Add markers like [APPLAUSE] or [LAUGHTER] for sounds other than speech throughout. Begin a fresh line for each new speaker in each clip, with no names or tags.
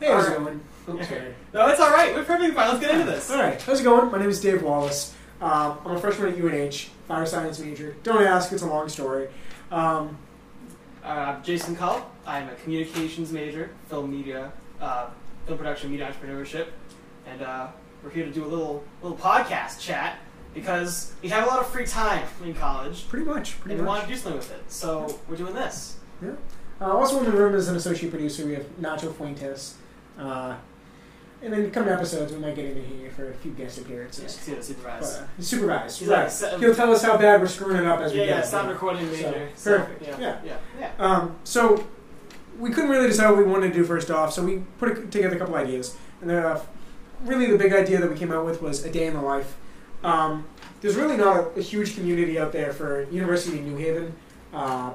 Hey, how's it
Alright. [LAUGHS]
going? Oops, sorry.
No, it's all right. We're perfectly fine. Let's get into this. Uh,
All right, how's it going? My name is Dave Wallace. Um, I'm a freshman at UNH, fire science major. Don't ask; it's a long story. Um,
Uh, I'm Jason Cull. I'm a communications major, film media, uh, film production, media entrepreneurship, and uh, we're here to do a little little podcast chat because we have a lot of free time in college
pretty much, pretty
and we want
much.
to do something with it. So we're doing this.
Uh, also in the room is an associate producer. We have Nacho Fuentes, uh, and then coming episodes we might get into here for a few guest
Yeah,
appearances.
see the
But,
supervise.
uh, supervised,
He's
right?
like, se-
He'll tell us how bad we're screwing it up as
yeah,
we go.
yeah, sound recording
So,
major.
perfect.
Yeah,
Yeah.
yeah, yeah.
Um, so we couldn't really decide what we wanted to do first off, so we put a- together a couple ideas. And then, uh, really, the big idea that we came out with was a day in the life. Um, there's really not a, a huge community out there for University of New Haven. Uh,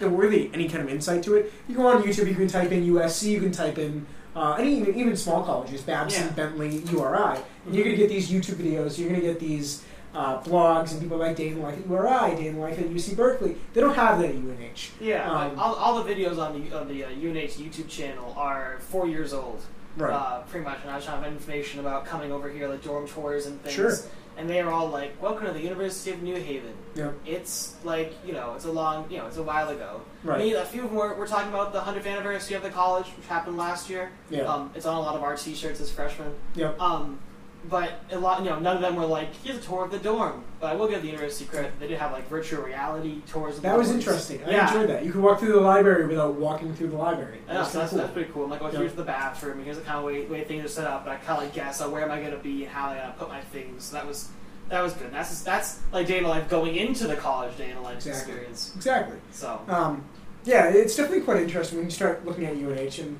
and really any kind of insight to it. You go on YouTube, you can type in USC, you can type in uh, any even, even small colleges, Babson,
Yeah. Mm-hmm.
Bentley, URI. And you're going to get these YouTube videos, you're going to get these uh, blogs, and people like Day in the Life at URI, Day in the Life at UC Berkeley. They don't have that at UNH.
Yeah,
Um,
like all, all the videos on the on the uh, UNH YouTube channel are four years old, uh, pretty much, and I was trying to have information about coming over here, like dorm tours and things.
Sure.
And they are all like, "Welcome to the University of New Haven."
Yeah.
It's like you know, it's a long, you know, it's a while ago.
Right.
Me, a few of them were, were talking about the 100th anniversary of the college, which happened last year.
Yeah.
Um, it's on a lot of our T-shirts as freshmen.
Yeah.
Um, but a lot, you know, none of them were like, "Here's a tour of the dorm." But I will give the university credit; they did have like virtual reality tours. Of the
That was
dorms.
interesting. I
Yeah.
enjoyed that. You could walk through the library without walking through the library.
I know,
That's
so that's,
cool.
that's pretty cool. I'm like, oh,
Yeah.
here's the bathroom, and here's the kind of way, way things are set up, and I kind of like guess, oh, where am I going to be, and how am I going to put my things. So that was that was good. That's that's like day in the life going into the college day in the life
Exactly.
experience.
exactly.
So
Um, yeah, it's definitely quite interesting when you start looking at UNH, and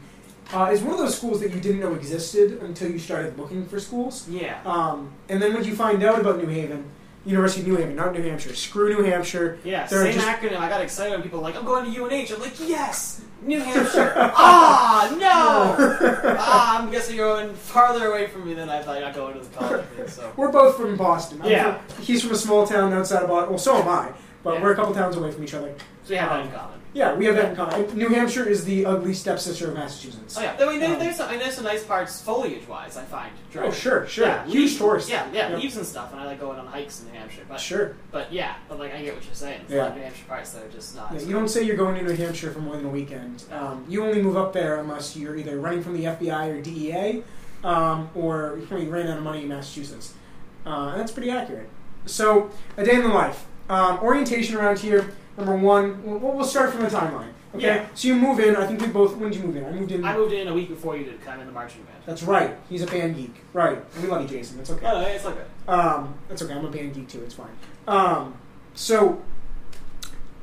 uh, it's one of those schools that you didn't know existed until you started looking for schools.
yeah,
Um, and then when you find out about New Haven, University of New Haven, not New Hampshire, screw New Hampshire.
yeah,
There are
same
just-
acronym. I got excited when people were like, I'm going to UNH. I'm like, yes,
[LAUGHS]
New Hampshire. ah, no. ah, I'm guessing you're going farther away from me than I thought. I go into the college thing. So
We're both from Boston. I'm
Yeah.
from- he's from a small town outside of Boston. Well, so am I, but
Yeah.
we're a couple towns away from each other.
so we have
Um,
that in common.
Yeah, we have that in common. New Hampshire is the ugly stepsister of Massachusetts.
Oh yeah, I mean, there,
Um,
there's some, I mean, there's some nice parts foliage wise. I find.
Oh,
during-
sure, sure.
Yeah,
Huge tourist.
Yeah, yeah,
Yeah.
leaves and stuff, and I like going on hikes in New Hampshire. But
Sure.
but yeah, but like I get what you're saying. It's
Yeah.
a lot of New Hampshire parts that are just not.
Yeah, you don't say you're going to New Hampshire for more than a weekend. Um, you only move up there unless you're either running from the FBI or DEA, um, or you ran out of money in Massachusetts. Uh, and that's pretty accurate. So, a day in the life. Um, orientation around here, number one, we'll, we'll start from the timeline. Okay?
Yeah.
So, you move in. I think we both, when did you move in? I moved in.
I moved in a week before you did. Cause I'm in the marching band.
that's right. He's a band geek. Right. We love you, Jason. It's okay.
Oh, no, it's okay.
Um, that's okay. I'm a band geek too. It's fine. Um, so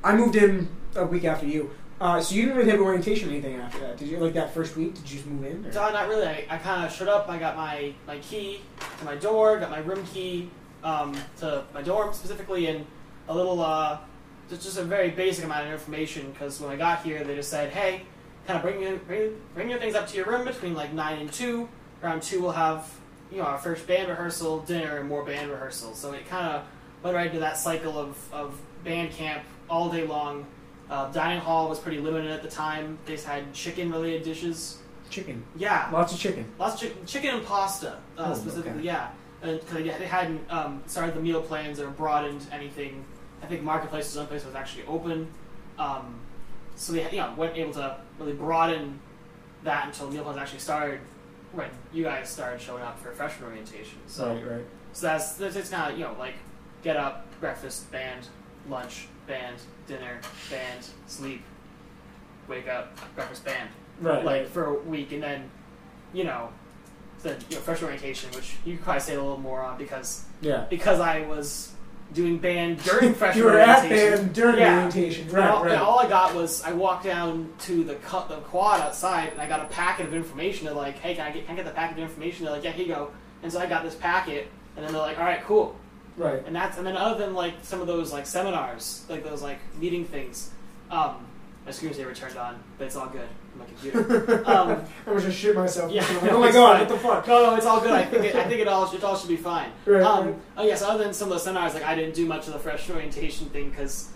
I moved in a week after you. Uh, so you didn't really have orientation or anything after that, did you? Like that first week, did you just move in? or-
So, not really. I, I kind of showed up. I got my my key to my door. Got my room key um, to my dorm specifically, and a little uh, just just a very basic amount of information because when I got here, they just said, hey, kind of bring your bring, bring your things up to your room between like nine and two. Around two, we'll have you know our first band rehearsal, dinner, and more band rehearsals. So it kind of went right into that cycle of of band camp all day long. Uh, dining hall was pretty limited at the time. They had chicken related dishes.
Chicken,
Yeah,
lots of chicken.
Lots of chick- chicken and pasta, uh,
Oh,
specifically,
okay.
yeah. Because they they hadn't um, started the meal plans or broadened anything. I think Marketplace was one place that was actually open. Um, so they you know, weren't able to really broaden that until meal plans actually started when you guys started showing up for freshman orientation. So,
right, right.
so that's, that's it's kind of, you know, like get up, breakfast, band, lunch, band, dinner, band, sleep, wake up, breakfast, band
Right,
like for a week, and then you know the you know, fresh orientation, which you could probably say a little more on because
yeah.
because I was doing band during
[LAUGHS]
fresh
you were at
orientation.
band during
Yeah.
orientation,
and,
right?
all, and
Right.
all I got was I walked down to the cu- the quad outside, and I got a packet of information. They're like, "Hey, can I get can I get the packet of information?" They're like, "Yeah, here you go." And so I got this packet, and then they're like, "All right, cool."
right.
And that's and then other than like some of those like seminars, like those like meeting things, um, my screens they were turned on, but it's all good. on My computer.
[LAUGHS]
um,
I was just shit myself.
yeah,
[LAUGHS] oh my
it's
god,
fine.
what the
[LAUGHS]
fuck?
No, no, it's all good. I think it, I think it all it all should be fine.
[LAUGHS] Right, right.
Um, oh yes, other than some of those seminars, like I didn't do much of the fresh orientation thing because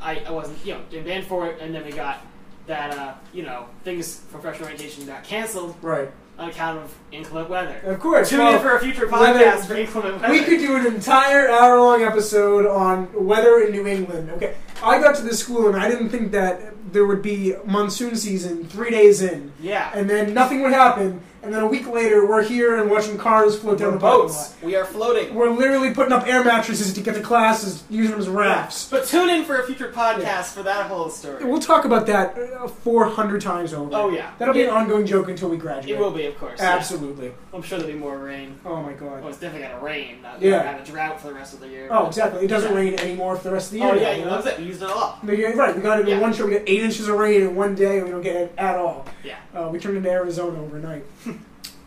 I, I wasn't you know in band for it, and then we got that uh, you know things from freshman orientation got canceled
Right.
on account of inclement weather.
Of course.
Tune
Uh, well,
in for a future
weather-
podcast for inclement weather.
we could do an entire hour long episode on weather in New England. Okay. I got to this school and I didn't think that there would be monsoon season three days in.
yeah.
And then nothing would happen. And then a week later, we're here and watching cars float down
We're
the parking
boats. We are
lot.
floating.
We're literally putting up air mattresses to get to classes, using them as rafts.
But tune in for a future podcast for that whole story.
We'll talk about that uh, 400 times over.
Oh, yeah.
That'll be an
Yeah.
ongoing joke until we graduate.
It will be, of course. yeah.
Absolutely.
I'm sure there'll be more rain.
Oh my god.
Well, it's definitely gonna rain. Not
Yeah.
yeah. Have a drought for the rest of the year.
Oh, exactly. It doesn't
Yeah.
rain anymore for the rest of the year.
Oh yeah,
now,
he
you know?
loves it. He used it all.
No, you're right. We got it in
Yeah.
one show. We got eight inches of rain in one day, and we don't get it at all.
Yeah.
Uh, we turned into Arizona overnight.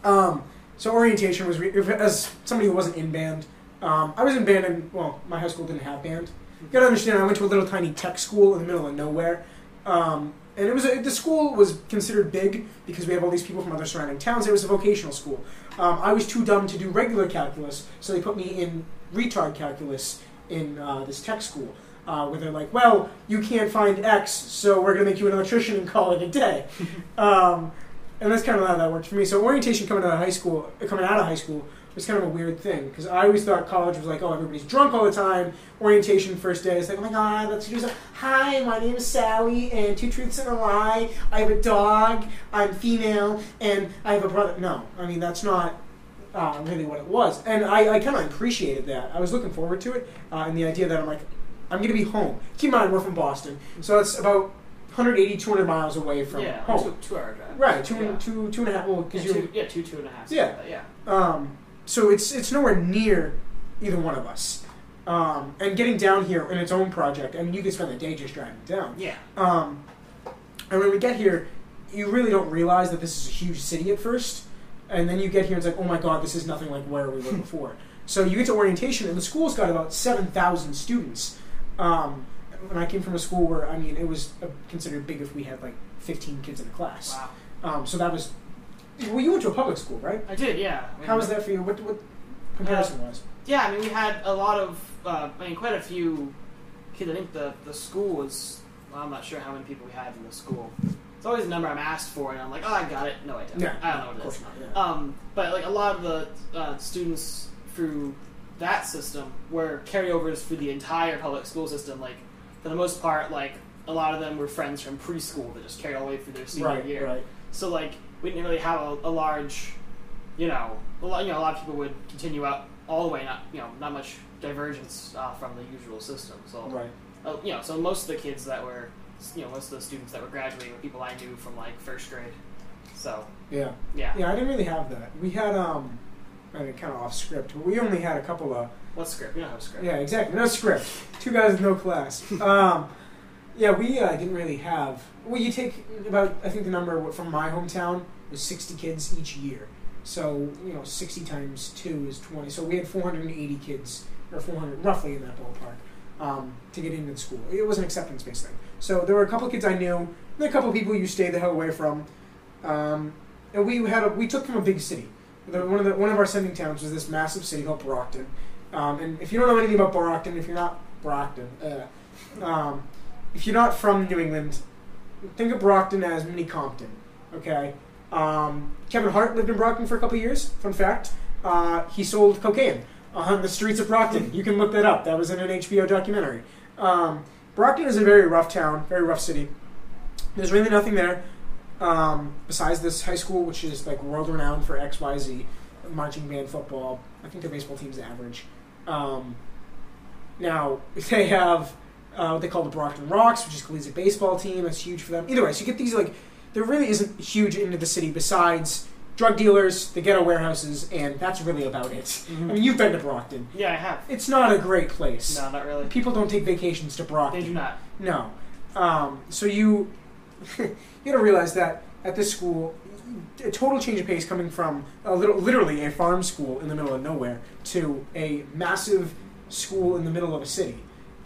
um, so orientation was, re- if- as somebody who wasn't in band, um, I was in band, and well, my high school didn't have band. You gotta understand, I went to a little tiny tech school in the middle of nowhere, um, and it was a, the school was considered big because we have all these people from other surrounding towns. It was a vocational school. Um, I was too dumb to do regular calculus, so they put me in retard calculus in uh, this tech school, uh, where they're like, "Well, you can't find X, so we're going to make you an electrician and call it a day." um, and that's kind of how that worked for me. So orientation coming out of high school, uh, coming out of high school, was kind of a weird thing because I always thought college was like, "Oh, everybody's drunk all the time." Orientation first day, it's like, "Oh my god, let's do some." Hi, my name is Sally, and two truths and a lie. I have a dog. I'm female, and I have a brother. No, I mean that's not uh, really what it was. And I, I kind of appreciated that. I was looking forward to it, uh, and the idea that I'm like, I'm going to be home. Keep in mind, we're from Boston, so it's about 180, 200 miles away from
yeah.
home.
Two, two hour drive.
Right, two,
Yeah.
two, two and a half. Well,
Yeah,
because
two,
you,
yeah, two, two and a half.
Yeah.
something like that, yeah.
um, so it's it's nowhere near either one of us. Um, and getting down here in its own project, I mean, you could spend the day just driving down.
Yeah.
Um, and when we get here, you really don't realize that this is a huge city at first. And then you get here and it's like, oh my god, this is nothing like where we were
[LAUGHS]
before. so you get to orientation, and the school's got about 7,000 students. Um, when I came from a school where, I mean, it was uh, considered big if we had like 15 kids in a class.
Wow.
Um, so that was. Well, you went to a public school, right?
I did. Yeah. I mean,
How was that for you? What, what comparison wise?
Yeah, I mean, we had a lot of, uh, I mean, quite a few kids. I think the, the school was, well, I'm not sure how many people we had in the school. It's always a number I'm asked for, and I'm like, oh, I got it. No, I don't.
Yeah,
I don't know what
of
it
course
is.
not. Yeah.
Um, but like a lot of the uh, students through that system were carryovers for the entire public school system. Like for the most part, like a lot of them were friends from preschool that just carried all the way through their senior
right,
year.
right.
So like we didn't really have a, a large, you know, a lot, you know, a lot of people would continue out all the way, not you know, not much divergence uh, from the usual system. So
Right.
uh, you know, so most of the kids that were, you know, most of the students that were graduating were people I knew from like first grade. So
Yeah.
yeah,
Yeah, I didn't really have that. We had um, I mean, kind of off script. But we only had a couple of
what's script? We don't have script.
yeah, exactly. No script. Two guys with no
[LAUGHS]
class. Um, yeah, we uh, didn't really have. Well, you take about I think the number from my hometown was sixty kids each year. So you know, sixty times two is twenty. So we had four hundred and eighty kids, or four hundred roughly in that ballpark. Um, to get into the school, it was an acceptance-based thing. So there were a couple kids I knew, and a couple people you stay the hell away from. Um, and we had a, we took from a big city. The, one of the, one of our sending towns was this massive city called Brockton. Um, and if you don't know anything about Brockton, if you're not Brockton, uh, um, if you're not from New England, think of Brockton as mini Compton. Okay. Um, Kevin Hart lived in Brockton for a couple years. Fun fact: uh, he sold cocaine uh, on the streets of Brockton. You can look that up. That was in an HBO documentary. Um, Brockton is a very rough town, very rough city. There's really nothing there um, besides this high school, which is like world renowned for X, Y, Z, marching band football. I think their baseball team's average. Um, now [LAUGHS] they have uh, what they call the Brockton Rocks, which is collegiate baseball team. That's huge for them. Either way, so you get these like there really isn't huge into the city besides drug dealers, the ghetto warehouses, and that's really about it.
Mhm.
I mean, you've been to Brockton.
Yeah, I have.
It's not a great place.
No, not really.
People don't take vacations to Brockton.
They do not.
No. Um, so you [LAUGHS] you gotta realize that at this school, a total change of pace coming from a little, literally a farm school in the middle of nowhere to a massive school in the middle of a city.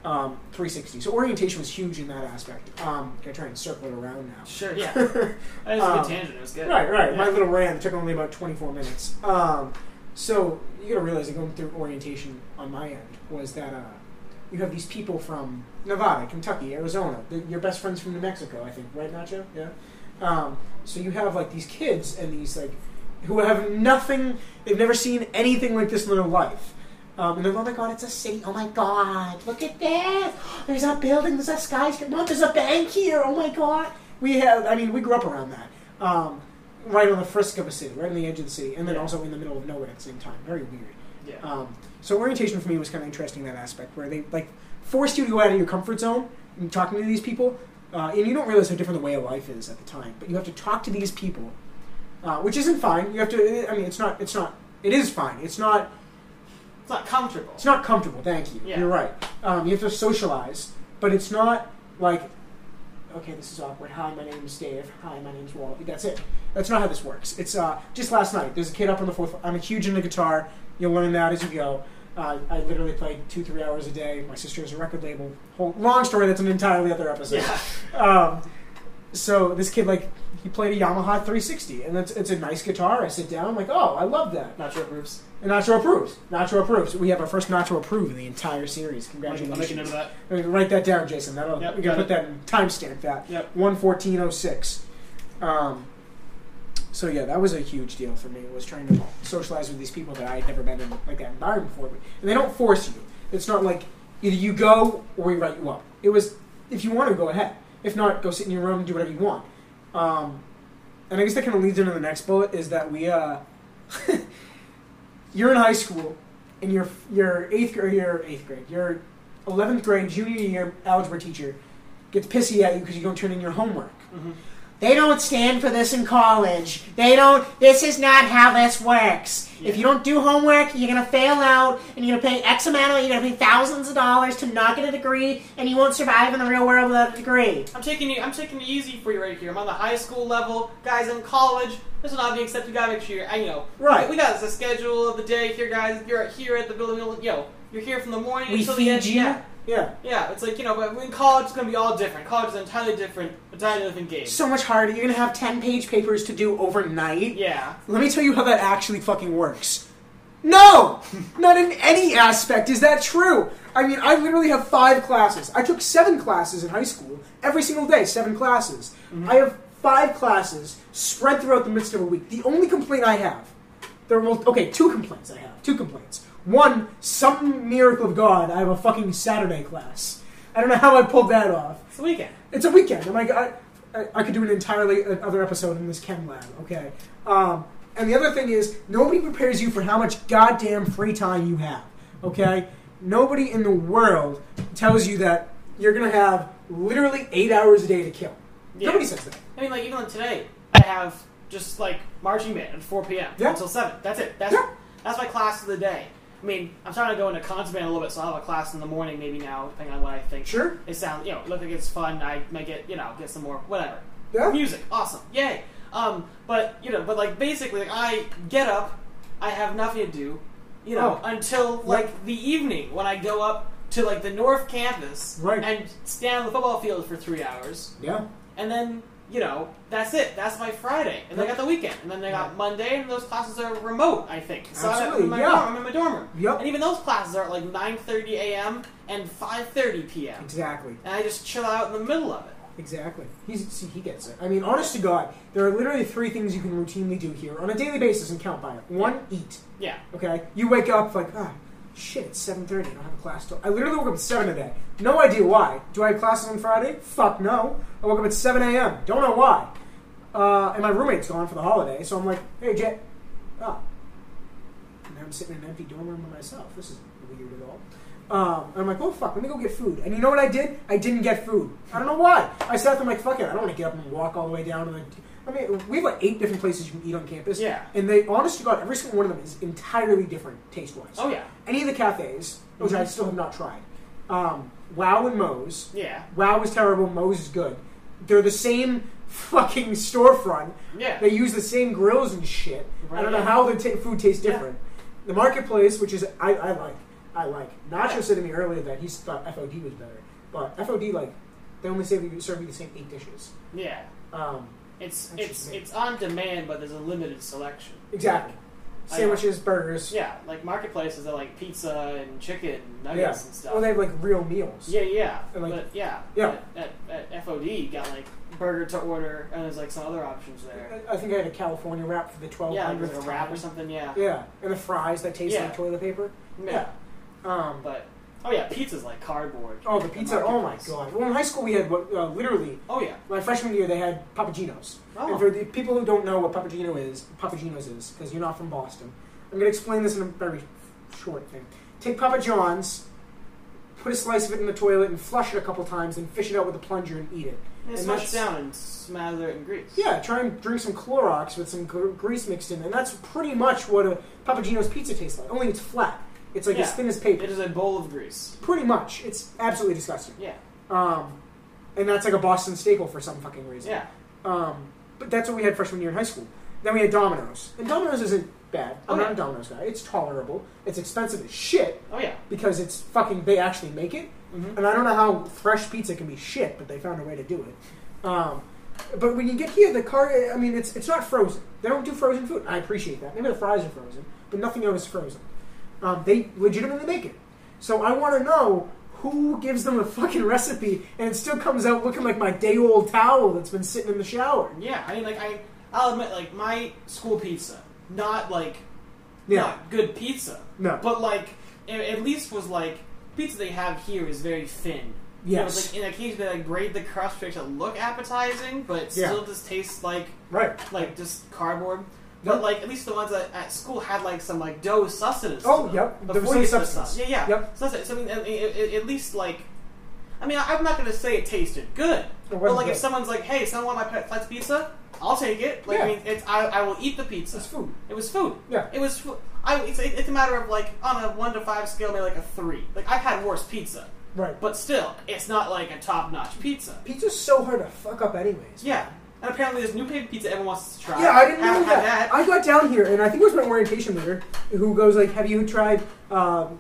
Um, 360. So orientation was huge in that aspect. Um, gonna try and circle it around now. [LAUGHS]
Sure. Yeah, that was a
Um,
good tangent. It was good.
Right, right.
Yeah.
My little rant took only about 24 minutes. Um, so you gotta realize that going through orientation on my end was that uh, you have these people from Nevada, Kentucky, Arizona, the, your best friends from New Mexico, I think, right, Nacho? Yeah. Um, so you have like these kids and these like who have nothing, they've never seen anything like this in their life. Um, and they're, oh my god, it's a city. Oh my god, look at this. There's a building, there's a skyscraper. Mom, there's a bank here. Oh my god. We have, I mean, we grew up around that. Um, right on the frisk of a city, right on the edge of the city, and then
Yeah.
also in the middle of nowhere at the same time. Very weird.
Yeah.
Um, so orientation for me was kind of interesting in that aspect where they like forced you to go out of your comfort zone and talking to these people, uh, and you don't realize how different the way of life is at the time. But you have to talk to these people, uh, which isn't fine. You have to. I mean, it's not. It's not. It is fine. It's not.
it's not comfortable.
It's not comfortable. Thank you.
Yeah.
You're right. Um, you have to socialize, but it's not like, okay, this is awkward. Hi, my name is Dave. Hi, my name's Wally. That's it. That's not how this works. It's uh, just last night. There's a kid up on the fourth. I'm huge into guitar. You'll learn that as you go. Uh, I literally play two, three hours a day. My sister has a record label. Whole long story. That's an entirely other episode.
yeah.
Um, so this kid like he played a Yamaha 360, and it's it's a nice guitar. I sit down. I'm like, oh, I love that.
Not sure groups.
And Nacho approves. Nacho approves. We have our first Nacho approve in the entire series.
I'll
Congratulations.
make a note of that.
I mean, write that down, Jason. That'll
Yep,
we gotta put
got
that in timestamp that.
Yep.
One fourteen oh six. Um so yeah, that was a huge deal for me. Was trying to socialize with these people that I had never been in like that environment before. And they don't force you. It's not like either you go or we write you up. It was if you want to go ahead. If not, go sit in your room, do whatever you want. Um, and I guess that kind of leads into the next bullet is that we uh, [LAUGHS] you're in high school and your your eighth grade your eighth grade your eleventh grade junior year algebra teacher gets pissy at you because you don't turn in your homework.
Mhm.
They don't stand for this in college. They don't. This is not how this works.
Yeah.
If you don't do homework, you're gonna fail out, and you're gonna pay X amount. You're gonna pay thousands of dollars to not get a degree, and you won't survive in the real world without a degree.
I'm taking you. I'm taking it easy for you right here. I'm on the high school level. Guys in college. This will not be accepted. Gotta make sure you're. I you know.
Right.
We got the schedule of the day here, guys. You're at- here at the building. You know. You're here from the morning
We
until
feed
the end.
you.
Yeah.
Yeah.
Yeah. It's like you know, but in college it's gonna be all different. College is an entirely different, entirely different game.
So much harder. You're gonna have ten-page papers to do overnight.
yeah.
Let me tell you how that actually fucking works. No! Not in any aspect is that true. I mean, I literally have five classes. I took seven classes in high school every single day, seven classes. I have five classes spread throughout the midst of a week. The only complaint I have, there will, okay, two complaints I have. Two complaints. One, some miracle of God, I have a fucking Saturday class. I don't know how I pulled that off.
It's the weekend.
It's a weekend. I'm like, I, I, I could do an entirely another episode in this chem lab, okay? Um, and the other thing is, nobody prepares you for how much goddamn free time you have, okay? Nobody in the world tells you that you're gonna have literally eight hours a day to kill.
Yeah.
Nobody says that.
I mean, like even like today, I have just like marching band at 4 p.m.
Yeah.
until seven. That's it. That's
Yeah.
that's my class of the day. I mean, I'm trying to go into concert band a little bit, so I'll have a class in the morning maybe now, depending on what I think.
Sure.
It sounds, you know, look like it's fun. I might get, you know, get some more, whatever.
Yeah.
Music, awesome, yay. Um, but you know, but like basically, like, I get up, I have nothing to do, you know,
Oh.
until like the evening when I go up to like the north campus
Right.
and stand on the football field for three hours
Yeah.
and then you know that's it. That's my Friday, and they got the weekend, and then they got Monday, and those classes are remote. I think. So I'm,
Absolutely,
in my
yeah.
dorm, I'm in my dorm room,
Yep.
and even those classes are at like 9:30 a.m. and 5:30 p.m.
Exactly.
And I just chill out in the middle of it.
Exactly. He's see, he gets it. I mean, honest to God, there are literally three things you can routinely do here on a daily basis and count by it. One, eat.
Yeah,
Okay, you wake up like, ah, shit, it's seven thirty. I don't have a class till. I literally woke up at seven today. No idea why. Do I have classes on Friday? Fuck no. I woke up at seven a.m. Don't know why. Uh, and my roommate's gone for the holiday, so I'm like, hey, Jet, ah. And now I'm sitting in an empty dorm room by myself. This is weird at all. Um, and I'm like, oh fuck, let me go get food. And you know what I did? I didn't get food. I don't know why. I sat there, I'm like, fuck it, I don't want to get up and walk all the way down to the. I mean, we have like eight different places you can eat on campus.
Yeah.
And they, honest to God, every single one of them is entirely different taste wise.
Oh, yeah.
Any of the cafes, which I
Mhm.
still have not tried. Um, wow and Moe's.
yeah,
Wow is terrible, Moe's is good. They're the same fucking storefront.
yeah.
They use the same grills and shit. I don't know
Right.
how the ta food tastes
Yeah.
different. The marketplace, which is I, I like, I like. Nacho
Yeah.
said to me earlier that he thought FOD was better, but FOD like they only serve you, serve you the same eight dishes.
yeah.
Um,
It's
That's
it's
amazing.
it's on demand, but there's a limited selection.
exactly. Sandwiches, burgers.
Yeah, like marketplaces that like pizza and chicken and
Yeah.
nuggets and stuff.
Well, they have like real meals.
yeah, yeah,
And, like-
but yeah,
Yeah.
At, at, at FOD, you got like burger to order, and there's like some other options there.
I- I think I had a California wrap for the twelve
yeah, like
hundredth
with a wrap
time.
or something. Yeah.
Yeah, and the fries that taste
Yeah.
like toilet paper.
yeah,
Um,
but oh yeah, pizza's like cardboard.
oh, the
at
pizza! Oh my
marketplace.
god! Well, in high school we had what uh, literally
Oh yeah.
my freshman year they had Papagino's.
Oh.
And for the people who don't know what Papagino is, Papagino's is because you're not from Boston. I'm gonna explain this in a very short thing. Take Papa John's, put a slice of it in the toilet and flush it a couple times, then fish it out with a plunger and eat it.
And
And
smash it
that's-
down and smother it in grease.
Yeah, try and drink some Clorox with some gr- grease mixed in, and that's pretty much what a Papagino's pizza tastes like. Only it's flat. It's like as
Yeah.
thin as paper.
It is a bowl of grease.
Pretty much. It's absolutely disgusting.
Yeah.
Um, and that's like a Boston staple for some fucking reason.
Yeah.
Um, but that's what we had freshman year in high school. Then we had Domino's. And Domino's isn't bad. I'm
Oh,
not
yeah.
a Domino's guy. It's tolerable. It's expensive as shit
Oh yeah.
because it's fucking, they actually make it.
Mm-hmm.
And I don't know how fresh pizza can be shit, but they found a way to do it. Um, but when you get here, the car, I mean, it's, it's not frozen. They don't do frozen food. I appreciate that. Maybe the fries are frozen, but nothing else is frozen. Um, they legitimately make it. So I want to know who gives them a fucking recipe and it still comes out looking like my day old towel that's been sitting in the shower.
Yeah. I mean, like I, I'll admit, like my school pizza, not like
Yeah.
not good pizza.
No.
But like, it, at least was like pizza they have here is very thin. You know, it's
Yes.
like in occasion they like grade the crust to make it look appetizing, but
Yeah.
still just tastes like
Right.
like just cardboard.
Yep.
But like at least the ones that at school had like some like dough sustenance. to
Oh,
them
yep. There was
Before
some
you put the
substance.
sauce. Yeah, yeah.
Yep.
So that's it. So I mean, at, at- at least like, I mean, I- I'm not gonna say it tasted good,
wasn't
but like
good.
if someone's like, "Hey, someone want my pet flat's pizza?" I'll take it. Like
Yeah.
I mean, it's I, I will eat the pizza.
It's food.
It was food.
Yeah.
It was. fu- I. It's, it's a matter of like on a one to five scale, maybe like a three. Like I've had worse pizza,
Right. But
but still, it's not like a top notch pizza.
pizza's so hard to fuck up, anyways.
Yeah. And apparently, there's new paper pizza everyone wants to try.
Yeah, I didn't
Haven't
know that.
had that.
I got down here, and I think it was my orientation leader who goes like, "Have you tried um,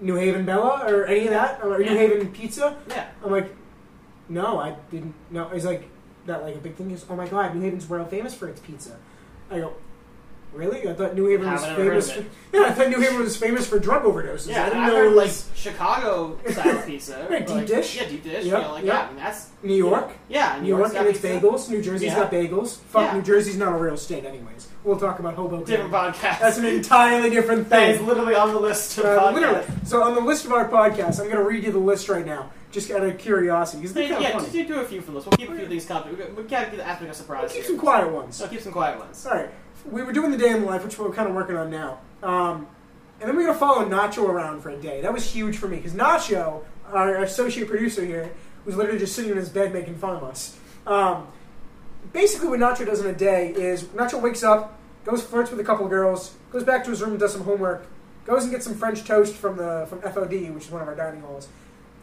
New Haven Bella or any of that, or
Yeah.
New Haven Pizza?"
yeah.
I'm like, "No, I didn't." No, it's like that. Like a big thing is, "Oh my god, New Haven's world famous for its pizza." I go, "Really? I thought New Haven was
Haven't ever heard of
famous." For,
it."
[LAUGHS] yeah, I thought New Haven was famous for drug overdoses.
Yeah,
I
and
didn't
I've
know
heard
it
like
was
Chicago style
[LAUGHS]
pizza.
Right, deep
like-
dish.
Yeah, deep dish.
Yep,
you know, like
yep.
yeah, and that's
New York.
yeah,
New York
York's
and
got
its
pizza.
bagels. New Jersey's
Yeah.
got bagels. Fuck,
Yeah.
New Jersey's not a real state, anyways. We'll talk about Hoboken.
Different podcast.
That's an entirely different
[LAUGHS] that is
thing.
literally on the list. Of
Uh,
podcasts.
literally. [LAUGHS] So on the list of our podcasts, I'm going to read you the list right now, just out of curiosity, because they're
Yeah,
kind
yeah
of
just
funny.
do a few from this. We'll keep a few of these confident. We got- We gotta do the aspect of surprise.
Keep
here.
some quiet ones.
So keep some quiet ones.
Sorry, we were doing the day in the life, which we're kind of working on now. Um, and then we're going to follow Nacho around for a day. That was huge for me because Nacho, our associate producer here, was literally just sitting in his bed making fun of us. Um, basically, what Nacho does in a day is Nacho wakes up, goes flirts with a couple girls, goes back to his room and does some homework, goes and gets some French toast from the from FOD, which is one of our dining halls,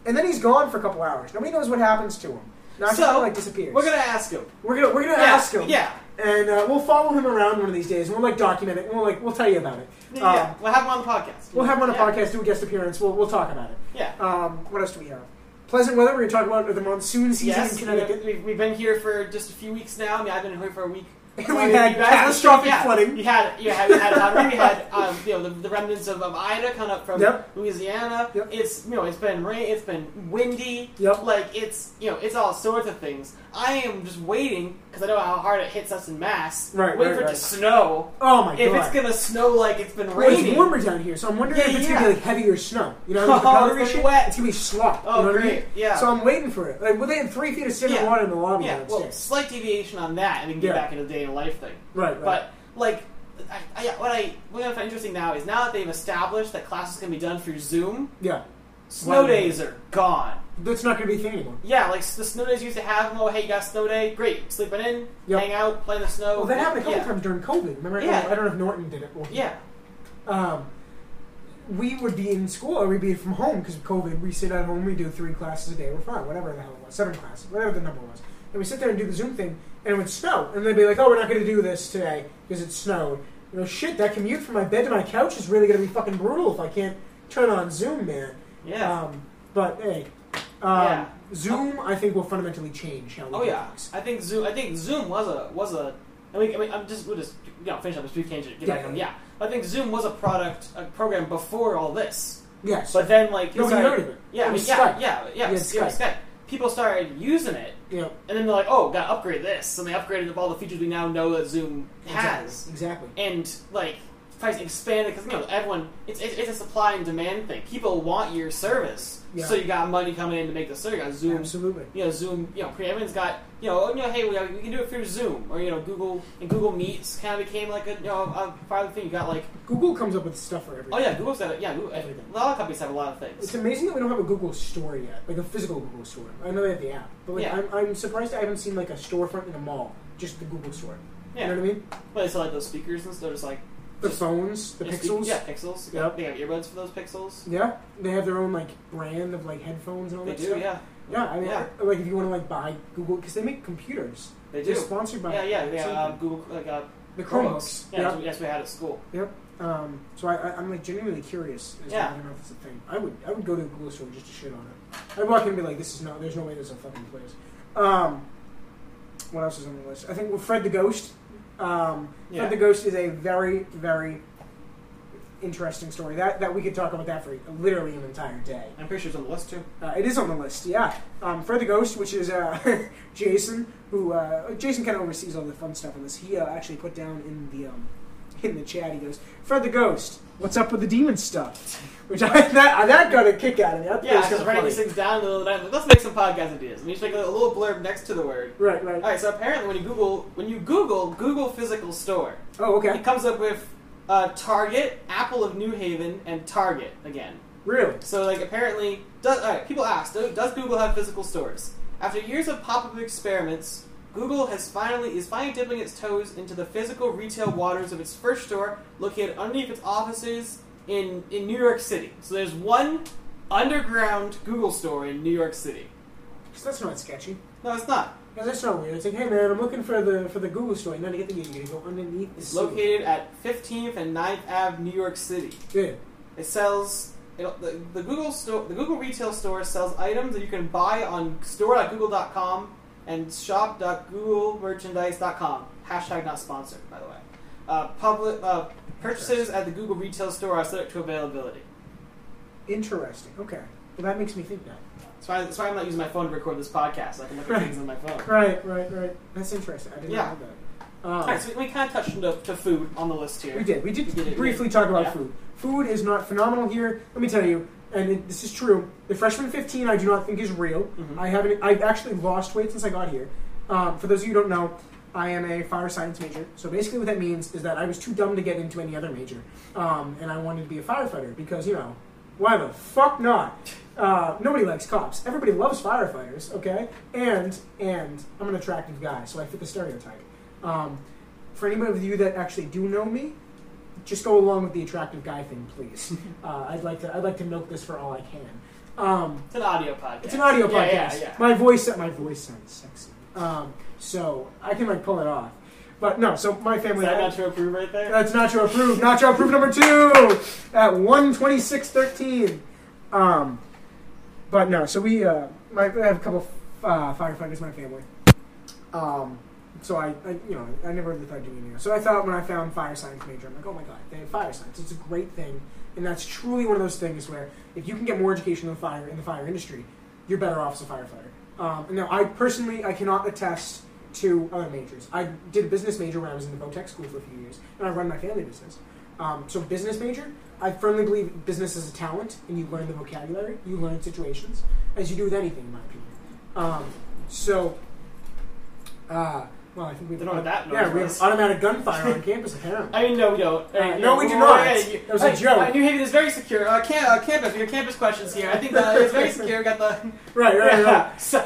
and then he's gone for a couple hours. Nobody knows what happens to him. Nacho
So,
like disappears.
We're gonna ask him.
we're gonna we're gonna
yeah,
ask him
Yeah.
and uh, we'll follow him around one of these days. and We'll like document it. And we'll like we'll tell you about it.
Yeah,
Um,
yeah. We'll have him on the podcast.
We'll have him on a
yeah.
podcast, do a guest appearance. We'll we'll talk about it.
Yeah.
Um, what else do we have? Pleasant weather. We're gonna talk about the monsoon season
Yes,
in
we-
Connecticut.
we've, we've been here for just a few weeks now. I mean, I've been here for a
[LAUGHS]
week.
We've
Uh,
had
you guys-
catastrophic
yeah,
flooding.
You had, you had, you had, Henri, you had um, you know, the, the remnants of, of Ida coming up from
Yep.
Louisiana.
Yep.
It's you know, it's been rain, it's been windy.
Yep.
Like it's you know, it's all sorts of things. I am just waiting because I know how hard it hits us in Mass.
Right,
Waiting
right,
for it
right.
to snow.
Oh my
if
god!
it's gonna snow like it's been
Well, it's
raining.
warmer down here, so I'm wondering
Yeah,
if it's
yeah.
gonna be like heavier snow. You
[LAUGHS]
know, like the
Oh,
powder
it's
and
gonna be
shit?
wet.
It's gonna be slop.
Oh,
you know what I
great,
mean?
yeah.
So I'm waiting for it. Like, well, they had three feet of cinder
Yeah.
water in the lobby
yeah. Well,
downstairs.
slight deviation on that, and we can get
Yeah.
back into the day in life thing.
right, right.
But like, I, I, what I what I find interesting now is now that they've established that classes can be done through Zoom,
yeah,
snow
Wow.
days are gone.
that's not gonna be a thing anymore.
Yeah, like the snow days used to have them. Oh, hey, you got a snow day? Great, sleeping in,
Yep.
hang out, play in the snow.
Well, that happened a couple
Oh, yeah.
times during COVID. Remember?
Yeah.
I don't know if Norton did it. Or
Yeah,
um, we would be in school or we'd be from home because of COVID. We sit at home, we do three classes a day. We're fine, whatever the hell it was, seven classes, whatever the number was. And we sit there and do the Zoom thing, and it would snow. And they'd be like, oh, we're not going to do this today because it snowed. You know, shit, that commute from my bed to my couch is really going to be fucking brutal if I can't turn on Zoom, man.
yeah.
Um, but hey, um,
Yeah.
Zoom, I think, will fundamentally change how we
oh
do
yeah.
things.
I think Zoom. I think Zoom was a was a And we, I mean, I'm just we'll just you know finish up this brief tangent. Get
Yeah,
back on.
yeah.
Yeah, I think Zoom was a product, a program before all this.
Yes.
But then like
Nobody
started-
heard of it.
Yeah,
It was
yeah,
Skype.
yeah, yeah,
Yeah,
yeah,
it's
yeah,
Skype.
Skype. People started using it,
yeah.
and then they're like, "Oh, gotta upgrade this," and they upgraded up all the features we now know that Zoom has,
Exactly.
and like price expanded because you know everyone it's, it's it's a supply and demand thing. People want your service,
Yeah.
so you got money coming in to make the service. You got Zoom,
Absolutely.
you know, Zoom, you know, pre- everyone's got, you know, oh, you know, hey, we, we can do it through Zoom or you know, Google and Google Meets kind of became like a you know a private thing. You got like,
Google comes up with stuff for everything.
oh yeah, Google's got it. Yeah, Google,
Everything.
a lot of companies have a lot of things.
It's amazing that we don't have a Google store yet, like a physical Google store. I know they have the app, but like
Yeah.
I'm, I'm surprised I haven't seen like a storefront in a mall, just the Google store.
yeah.
You know what I mean?
But they sell like those speakers and stuff, just like
The phones, the
just
pixels.
yeah, pixels.
Yep.
They have earbuds for those pixels.
Yeah, they have their own like brand of like headphones and all
They
that
do,
stuff.
yeah.
Yeah, I mean,
Yeah.
I- like if you want to like buy Google, because they make computers.
They
They're
do.
sponsored by
Yeah, yeah, yeah. Uh,
something.
Google, like uh,
the
Chromebooks.
Chromebooks.
Yeah, that's what- that's what we had at school.
Um, so I, I, I'm like genuinely curious. As
Yeah.
To whether or not it's a thing. I would I would go to a Google store just to shit on it. I'd walk in and be like, this is not. There's no way there's a fucking place. Um, what else is on the list? I think well, Fred the Ghost. Um,
Yeah.
Fred the Ghost is a very very interesting story. That that we could talk about that for literally an entire day.
I'm pretty sure it's on the list too.
Uh, it is on the list, yeah. Um, Fred the Ghost, which is uh, [LAUGHS] Jason, who uh, Jason kind of oversees all the fun stuff on this. He uh, actually put down in the um, in the chat. He goes, "Fred the Ghost, what's up with the demon stuff?" [LAUGHS] Which I that that got a kick out of me. That
Yeah,
was
because
kinda
writing these
funny.
things down in the middle of the night, like, let's make some podcast ideas. And you just make a little blurb next to the word.
Right, right.
All right. So apparently, when you Google, when you Google, Google physical store,
Oh, okay.
it comes up with uh, Target, Apple of New Haven, and Target again.
Really?
So, like, apparently, does, all right, people ask, do- does Google have physical stores? After years of pop-up experiments, Google has finally is finally dipping its toes into the physical retail waters of its first store, located underneath its offices in in New York City. So, there's one underground Google store in New York City.
'Cause that's not sketchy.
No, it's not.
'Cause that's not weird. It's like, hey man, I'm looking for the for the Google store. And then to get the you gotta go underneath. the
It's
seat.
located at 15th and 9th Ave, New York City.
Yeah.
It sells it, the, the Google store. The Google retail store sells items that you can buy on store.google.com and shop.googlemerchandise.com. Hashtag not sponsored, by the way. Uh, public uh, purchases at the Google retail store are subject to availability.
Interesting. Okay. Well, that makes me think that.
That's why, that's why I'm not using my phone to record this podcast. I can look at things on my phone.
Right, right, right. That's interesting. I didn't
Yeah.
know that. Um,
All right, so we, we kind of touched into to food on the list here.
We did. We did,
We did it, we
briefly
did.
talk about
Yeah.
food. Food is not phenomenal here. Let me tell you, and it, this is true. The freshman 15, I do not think is real.
Mhm.
I haven't. I've actually lost weight since I got here. Um, for those of you who don't know, I am a fire science major. So basically, what that means is that I was too dumb to get into any other major, um, and I wanted to be a firefighter because you know, why the fuck not? Uh, nobody likes cops. Everybody loves firefighters. Okay, and and I'm an attractive guy, so I fit the stereotype. Um, for anybody of you that actually do know me, just go along with the attractive guy thing,
[LAUGHS]
please. uh, I'd like to I'd like to milk this for all I can. Um,
It's an audio podcast.
it's an audio
Yeah,
podcast.
yeah, yeah.
My voice my voice sounds sexy, um, so I can like pull it off. But no, so my
Is
family.
that not to approve right there?
That's nacho approved. Nacho approved number two at one twenty six thirteen. Um, but no, so we uh, my, I have a couple uh, firefighters in my family. Um, so I, I, you know, I never really thought doing it. So I thought when I found fire science major, I'm like, oh my god, they have fire science. It's a great thing, and that's truly one of those things where if you can get more education in the fire in the fire industry, you're better off as a firefighter. Um, now, I personally, I cannot attest to other majors. I did a business major when I was in the Botech school for a few years, and I run my family business. Um, so, business major, I firmly believe business is a talent, and you learn the vocabulary, you learn situations, as you do with anything, in my opinion. Um, so, uh, well, I think we
Don't know what that
yeah,
noise
we
was.
have automatic gunfire
[LAUGHS]
on campus, apparently.
I mean, no, we don't.
Uh, no, we do not. That was a
Hey,
joke.
uh, New Haven is very secure. Uh, cam- uh, campus, your campus questions here. I think that it's very secure. We got the
[LAUGHS] Right, right, right.
[LAUGHS] So,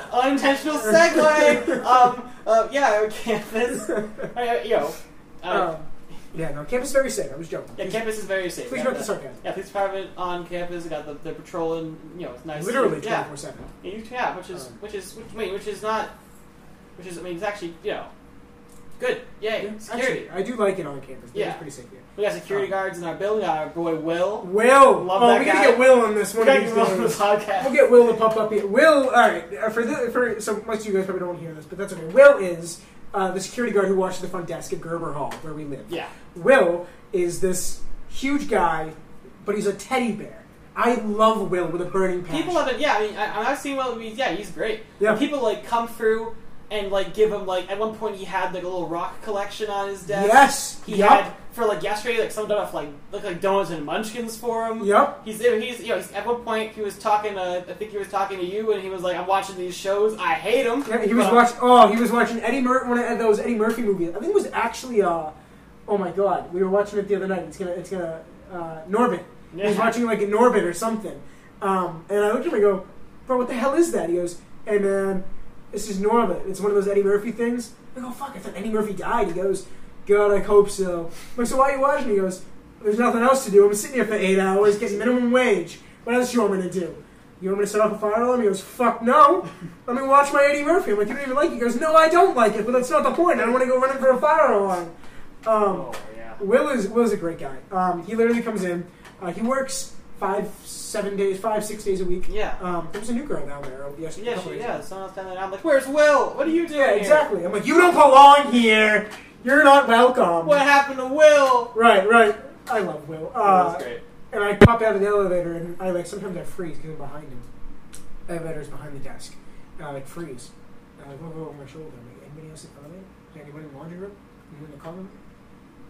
[LAUGHS]
unintentional segue. um, uh, yeah, [LAUGHS] our campus. Uh, uh, you know,
Um,
uh,
yeah, no, campus is very safe. I was joking.
yeah, campus is very safe.
Please
Yeah,
note
the-
the sarcasm.
Yeah, police department on campus. We got the, the patrol and you know it's nice.
Literally
yeah,
24 7.
Yeah, you- yeah, which is
Um,
which is which, wait, which is not, which is I mean it's actually you know, good. Yay, security.
Actually, I do like it on campus.
Yeah.
It's pretty safe here.
We got security
Um,
guards in our building. Got our boy Will.
Will.
Love
oh,
that
we gotta
guy.
get Will on this
We
one
got
of these
Will on the
days.
podcast.
We'll get Will to pop up here. Will, alright, uh, for, the, for so most of you guys probably don't want to hear this, but that's okay. Will is, uh, the security guard who watched the front desk at Gerber Hall, where we live.
Yeah.
Will is this huge guy, but he's a teddy bear. I love Will with a burning passion.
People haven't. Yeah, I mean, I, I've seen Will. I mean, yeah, he's great.
Yeah.
And people like come through and like give him like at one point he had like a little rock collection on his desk.
Yes.
He
Yup.
had for like yesterday like some stuff like looked like donuts and munchkins for him.
Yup.
He's he's you know he's, at one point he was talking to I think he was talking to you and he was like I'm watching these shows I hate them.
Yeah, he was watching. Oh, he was watching Eddie Murphy. One of those Eddie Murphy movies. I think it was actually. Uh, oh my God, we were watching it the other night. It's gonna. It's gonna. Uh, Norbit. He was
Yeah.
watching like Norbit or something. Um, and I looked at him and go, "Bro, what the hell is that?" He goes, "Hey man, this is Norbit. It's one of those Eddie Murphy things." I go, "Fuck, I thought Eddie Murphy died." He goes, "God, I hope so." I'm like, so why are you watching? He goes, "There's nothing else to do. I'm sitting here for eight hours getting minimum wage. What else you want me to do?" You want me to set off a fire alarm? He goes, fuck no. Let me watch my Eddie Murphy. I'm like, you don't even like it. He goes, no, I don't like it, but that's not the point. I don't want to go running for a fire alarm. Um,
Oh
[LAUGHS]
yeah.
Will is Will is a great guy. Um, he literally comes in. Uh, he works five, seven days, five, six days a week.
Yeah.
Um, there was a new girl down there yesterday. a
Yeah,
couple
she,
days
yeah,
ago.
someone else down there. I'm like, where's Will? What are you doing?
Yeah,
here?
exactly. I'm like, you don't belong here. You're not welcome.
What happened to Will?
Right, right. I love Will. Uh,
Will's great.
and I pop out of the elevator, and I like sometimes I freeze because I'm behind him. The elevator's behind the desk, and I like freeze. And I look over my shoulder. I'm like, anybody else in the elevator? Is anybody in the laundry room? Anyone in the common room?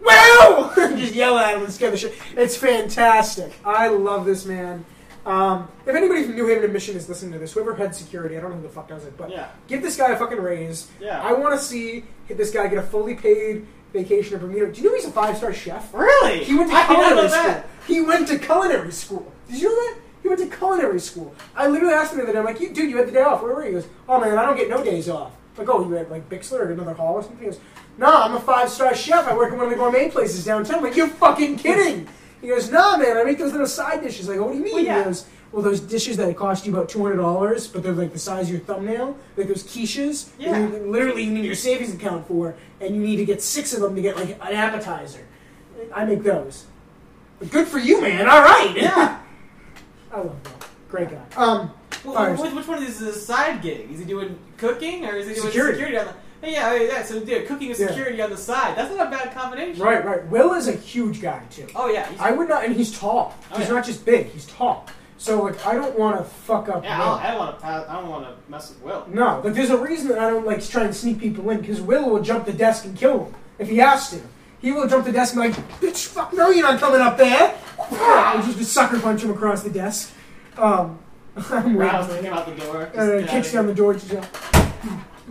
Wow! Just yell at him [LAUGHS] and scare the shit. It's fantastic. I love this man. Um, if anybody from New Haven Admission is listening to this, whoever head security, I don't know who the fuck does it, but
Yeah.
give this guy a fucking raise.
Yeah.
I want to see this guy get a fully paid vacation in Bermuda. Do you know he's a five star chef?
Really?
He went to
I did not know
culinary
that.
school. He went to culinary school. Did you know that? He went to culinary school. I literally asked him the other day, I'm like, you, dude, you had the day off. Where were you? He goes, oh man, I don't get no days off. Like, oh, you had like Bixler or another hall or something? He goes, no, I'm a five star chef. I work in one of the gourmet places downtown. I'm like, you're fucking kidding. He goes, no, man, I make those little side dishes. Like, "Oh, what do you mean?
Well, yeah.
He goes, well, those dishes that cost you about $200, but they're like the size of your thumbnail, like those quiches.
Yeah.
And you- literally, you need your savings account for, and you need to get six of them to get like an appetizer. I make those. Good for you, man. All right.
Yeah.
[LAUGHS] I love that. Great guy. Um,
Well,
Fires.
which, which one of these is his side gig? Is he doing cooking or is he doing
Security.
security, on the? Hey, yeah, yeah. So dude, cooking and
Yeah.
security on the side. That's not a bad combination.
right, right. Will is a huge guy too.
Oh yeah. He's,
I would not, and he's tall.
Oh,
he's
yeah.
not just big. He's tall. So like, I don't want to fuck up.
yeah.
Will.
I don't- I don't want to. I don't want to mess with Will.
No, like there's a reason that I don't like try and sneak people in because Will will jump the desk and kill him if he has to. He will jump the desk and be like, bitch, fuck no, you're not coming up there. [LAUGHS] And just, just sucker punch him across the desk. Um, [LAUGHS] I'm waiting.
Rouse came out the door. just
Uh,
get out
kicks
of
down the
here.
door. She's like,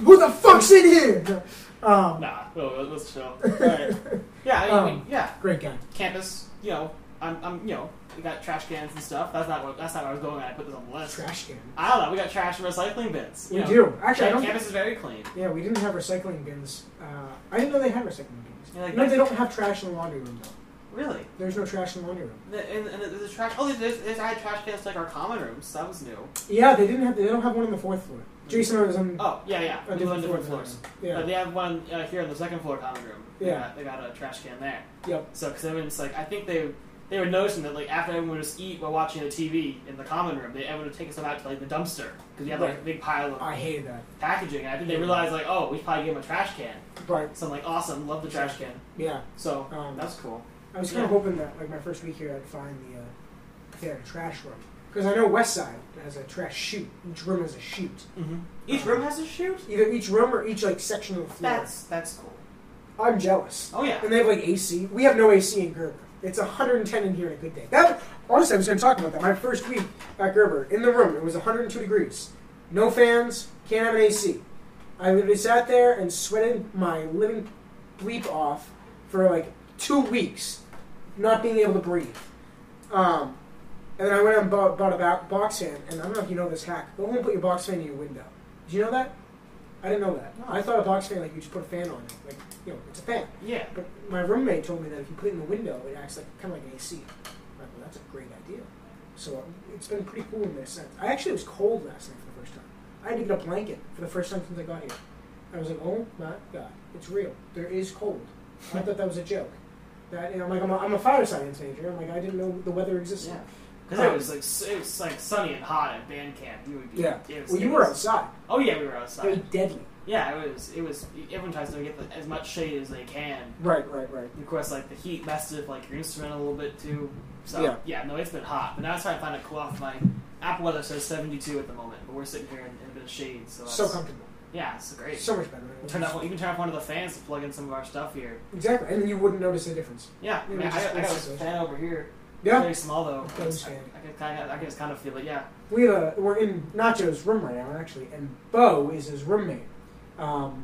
Who the fuck's in here? [LAUGHS] Um,
Nah. Well, let's chill.
[LAUGHS]
Alright. Yeah. I mean,
Um,
yeah.
Great guy.
Campus. You know, I'm. I'm. You know, we got trash cans and stuff. That's not. What, that's not where I was going. When I put this on the list.
Trash can.
I don't know. We got trash and recycling bins.
We
you know.
do. Actually, I
Cam-
don't.
campus is very clean.
Yeah, we didn't have recycling bins. Uh, I didn't know they had recycling bins.
Yeah, like-
no, they don't have trash in the laundry room, though.
Really.
There's no trash in the laundry room.
The- And, and the, the trash. Oh, there's, there's, I had trash cans like our common rooms. So that was new.
Yeah, they didn't have. They don't have one on the fourth floor. Jason was on
Oh yeah, yeah.
a
we live on
different floor.
different floors.
than I
But
am.
they have one uh, here on the second floor common room. They
Yeah.
got, they got a trash can there.
Yeah. Yep.
So because everyone's like, I think they they were noticing that like after everyone would just eat while watching the TV in the common room, they everyone would take some out to like the dumpster because you have like a
Right.
big pile of
I hated that.
packaging. And I think they realized like, oh, we should probably give them a trash can.
Right.
So I'm like, awesome, love the trash can.
Yeah.
So
Um,
that's cool.
I was kind of
Yeah.
hoping that, like, my first week here, I'd find the uh, if they had a trash room because I know West Side has a trash chute. Each room has a chute.
Mm-hmm. Each room has a chute.
Either each room or each like section of the floor.
That's that's cool.
I'm jealous.
Oh yeah.
And they have like AC. We have no AC in Gerber. It's 110 in here on a good day. That honestly, I was going to talk about that. My first week at Gerber in the room, it was 102 degrees. No fans. Can't have an AC. I literally sat there and sweated my living bleep off for like two weeks, not being able to breathe. Um, and then I went out and bought, bought a ba- box fan. And I don't know if you know this hack, but won't put your box fan in your window. Did you know that? I didn't know that.
No.
I thought a box fan like you just put a fan on it, like you know, it's a fan.
Yeah.
But my roommate told me that if you put it in the window, it acts like kind of like an AC. I'm like, well, that's a great idea. So um, it's been pretty cool in this sense. I actually it was cold last night for the first time. I had to get a blanket for the first time since I got here. I was like, oh my god, it's real. There is cold. I thought that was a joke. That you know, I'm like, I'm a, I'm a fire science major. I'm like, I didn't know the weather existed.
Yeah. Because it was like s- it was like sunny and hot at band camp. You would be.
Yeah.
it was-
Well, you
it
were
was-
outside.
Oh yeah, we were
They're
outside.
deadly.
Yeah, it was. It was. Everyone tries to get the, as much shade as they can.
Right, right, right.
And of course, like the heat messes with like your instrument a little bit too. So
Yeah.
yeah, no, it's been hot. But now it's trying to find a cool off. My Apple Weather says 72 at the moment, but we're sitting here in, in a bit of shade. So,
So
that's-
comfortable.
yeah, it's great.
So much better.
turn off, you can turn off one of the fans to plug in some of our stuff here.
Exactly, and you wouldn't notice a difference.
Yeah, I,
Yeah,
mean, I,
just-
I got
it's
a
just-
fan over here.
Yeah.
Very small though. I,
Doesn't stand.
I can kind of, I can just kind of feel it. Yeah.
We uh, we're in Nacho's room right now, actually, and Bo is his roommate. Um,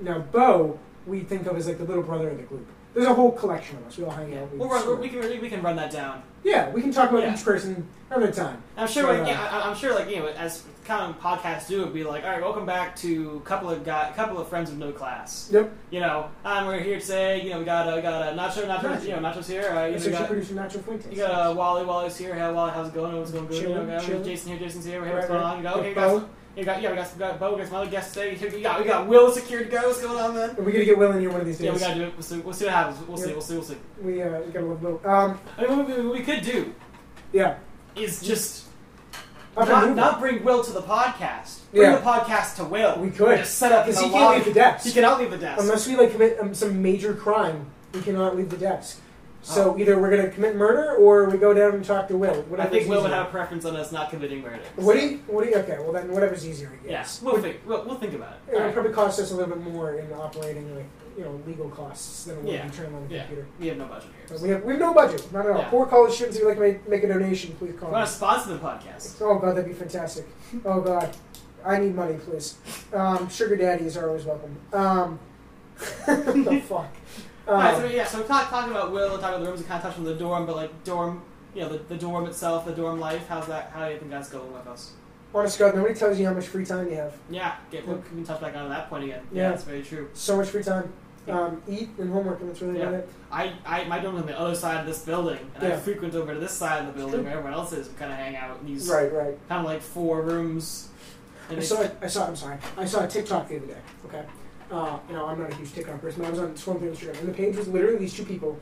now Bo, we think of as like the little brother of the group. There's a whole collection of us. We all hang out. We
We'll run,
sort
we
of-
can really, we can run that down.
yeah, we can talk about
Yeah.
each person another time.
I'm sure.
So,
like,
uh,
yeah, I, I'm sure. Like you know, as common podcasts do, it'd be like, all right, welcome back to a couple of guy, couple of friends of no class.
Yep.
You know, um, we're here today. You know, we got uh, we got uh, Nacho, Nacho,
Nacho.
you know, Nacho's here. Uh, you, know, we
Associate
got,
producer Nacho Fuentes.
you got uh, Wally, Wally's here. Hey, Wally, how's it going? What's going good? you know,
Chilling,
we got-
chilling.
Jason here, Jason's here. We're here.
Right,
What's going
right.
on? You got okay,
Bo.
guys. You got yeah, we got we got Bo, we got some other guests today. Here We got we got Will secure to go. What's going on, man?
Are we gonna get Will in here one of these days?
Yeah, we gotta do it. We'll see, we'll see what happens. We'll see.
Yeah.
We'll see. We'll see.
we, uh, we gotta love Will. Um,
I mean, what we, what we could do
yeah.
is just
Up and
not,
move.
not bring Will to the podcast. Bring
Yeah.
the podcast to Will.
We could.
just set up
Because
in
he
the
can't
lobby.
leave the desk.
He cannot leave the desk.
Unless we like commit um, some major crime, we cannot leave the desk. So either we're gonna commit murder or we go down and talk to Will.
Oh. I
Whatever's
think Will would
easier.
have a preference on us not committing murder.
Would he? Would he? Okay. Well, then whatever's easier, I
Yes,
guess.
we'll think. We'll, we'll think about it.
It would
Alright.
probably cost us a little bit more in operating, like you know, legal costs than it would
Yeah.
be turning on the
Yeah.
computer.
We have no budget here.
But we have we have no budget, not at all.
Yeah.
Poor college students. If you like to make, make a donation, please
We
call.
want to
us.
sponsor the podcast.
Oh god, that'd be fantastic. Oh god, I need money, please. Um, sugar daddies are always welcome. Um, [LAUGHS] what
[LAUGHS]
the fuck.
Alright, so
Um,
yeah, so we're kind of talking about Will, talking about the rooms, we kind of touched on the dorm, but like dorm, you know, the, the dorm itself, the dorm life. How's that? How do you think that's going with us?
honest to God, nobody tells you how much free time you have.
Yeah, get, we can touch back on that point again.
Yeah.
yeah that's very true.
So much free time. Um, eat and homework, and that's really about
Yeah.
it.
I, I my dorm's on the other side of this building, and I
Yeah.
frequent over to this side of the building
Sure.
where everyone else is. We kind of hang out in these
Right, right.
kind of like four rooms. And
I
it's-
saw, I saw, I'm sorry, I saw a TikTok the other day, okay? Uh, you know, I'm not a huge TikTok person, but I was on scrolling through Instagram, and the page was literally these two people,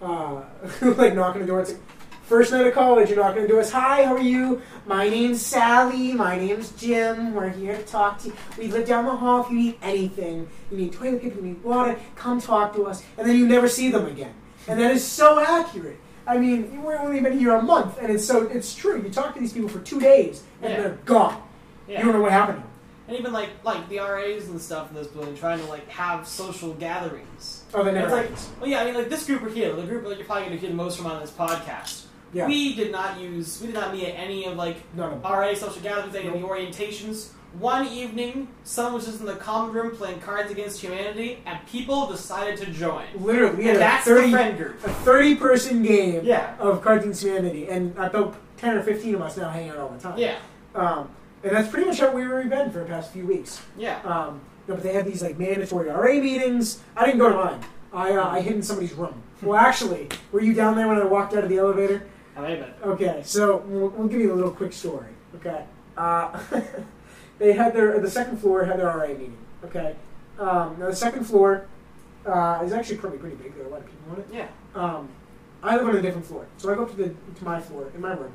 uh, [LAUGHS] like knocking the door. It's like, first night of college, you're knocking the door. It's, hi, how are you? My name's Sally. My name's Jim. We're here to talk to you. We live down the hall. If you need anything, you need toilet paper, you need water, come talk to us. And then you never see them again. And that is so accurate. I mean, we've only been here a month, and it's so it's true. You talk to these people for two days, and
Yeah.
they're gone.
yeah.
You don't know what happened. to
and even like like the RAs and stuff in this building trying to like have social gatherings.
him. Oh, they
And
never.
It's like, well, yeah, I mean, like this group are here, the group that you're probably going to hear the most from on this podcast.
yeah,
We did not use, we did not meet at any of like
none of them.
RA social gatherings, any of the
Nope.
orientations. One evening, someone was just in the common room playing Cards Against Humanity, and people decided to join.
Literally, we had
And
a
that's the
30,
friend group.
a thirty-person game
Yeah.
of Cards Against Humanity, and about ten or fifteen of us now hang out all the time.
Yeah.
Um, and that's pretty much how we've already been for the past few weeks.
Yeah.
Um, no, but they had these like mandatory RA meetings. I didn't go to mine. I uh, I hid in somebody's room. Well, actually, were you down there when I walked out of the elevator?
Oh, wait a minute.
Okay, so we'll, we'll give you a little quick story. Okay, uh, [LAUGHS] they had their the second floor had their RA meeting. Okay, um, now the second floor uh, is actually probably pretty big. There are a lot of people on it.
Yeah.
Um, I live on a different floor, so I go up to the to my floor in my room.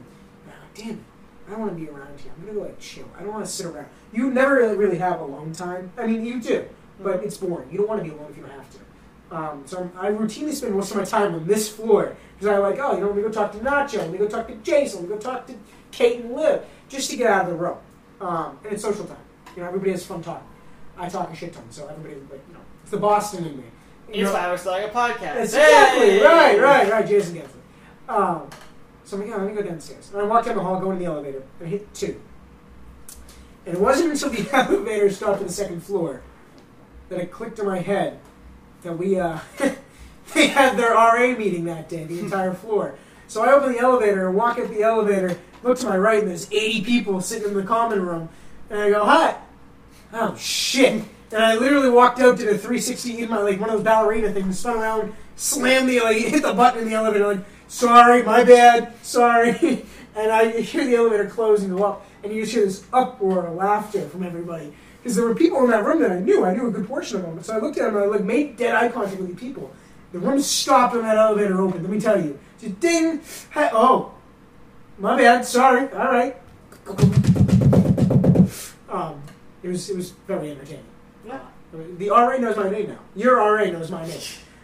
And I'm like, damn it, I don't want to be around here. I'm gonna go like chill. I don't want to sit around. You never really have a long time. I mean, you do, but it's boring. You don't want to be alone if you don't have to. Um, so I'm, I routinely spend most of my time on this floor because I like, oh, you know, let me go talk to Nacho, let me go talk to Jason, let me go talk to Kate and Liv, just to get out of the room. Um, and it's social time. You know, everybody has fun talking. I talk a shit ton, so everybody like, you know, it's the Boston in me. You
It's
know?
five hours like a podcast.
Exactly.
Hey!
Right, right, right. Jason gets it. Um, so I'm like, yeah, let me go downstairs. And I walked down the hall, go in the elevator, and I hit two. And it wasn't until the [LAUGHS] elevator stopped at the second floor that it clicked in my head that we uh, [LAUGHS] they had their RA meeting that day, the entire floor. So I open the elevator and walk up the elevator, look to my right, and there's 80 people sitting in the common room. And I go, hi. Oh, shit. And I literally walked out, did a 360 in my, like, one of those ballerina things, spun around, slammed the, like, hit the button in the elevator, like, sorry, my bad, sorry. [LAUGHS] And I hear the elevator close and go up, and you just hear this uproar of laughter from everybody. Because there were people in that room that I knew. I knew a good portion of them. So I looked at them and I, like, made dead eye contact with the people. The room stopped when that elevator opened, let me tell you. Just ding! Hi, oh, my bad, sorry, all right. Um, it was it was very entertaining. I mean, The RA knows my name now. Your RA knows my name.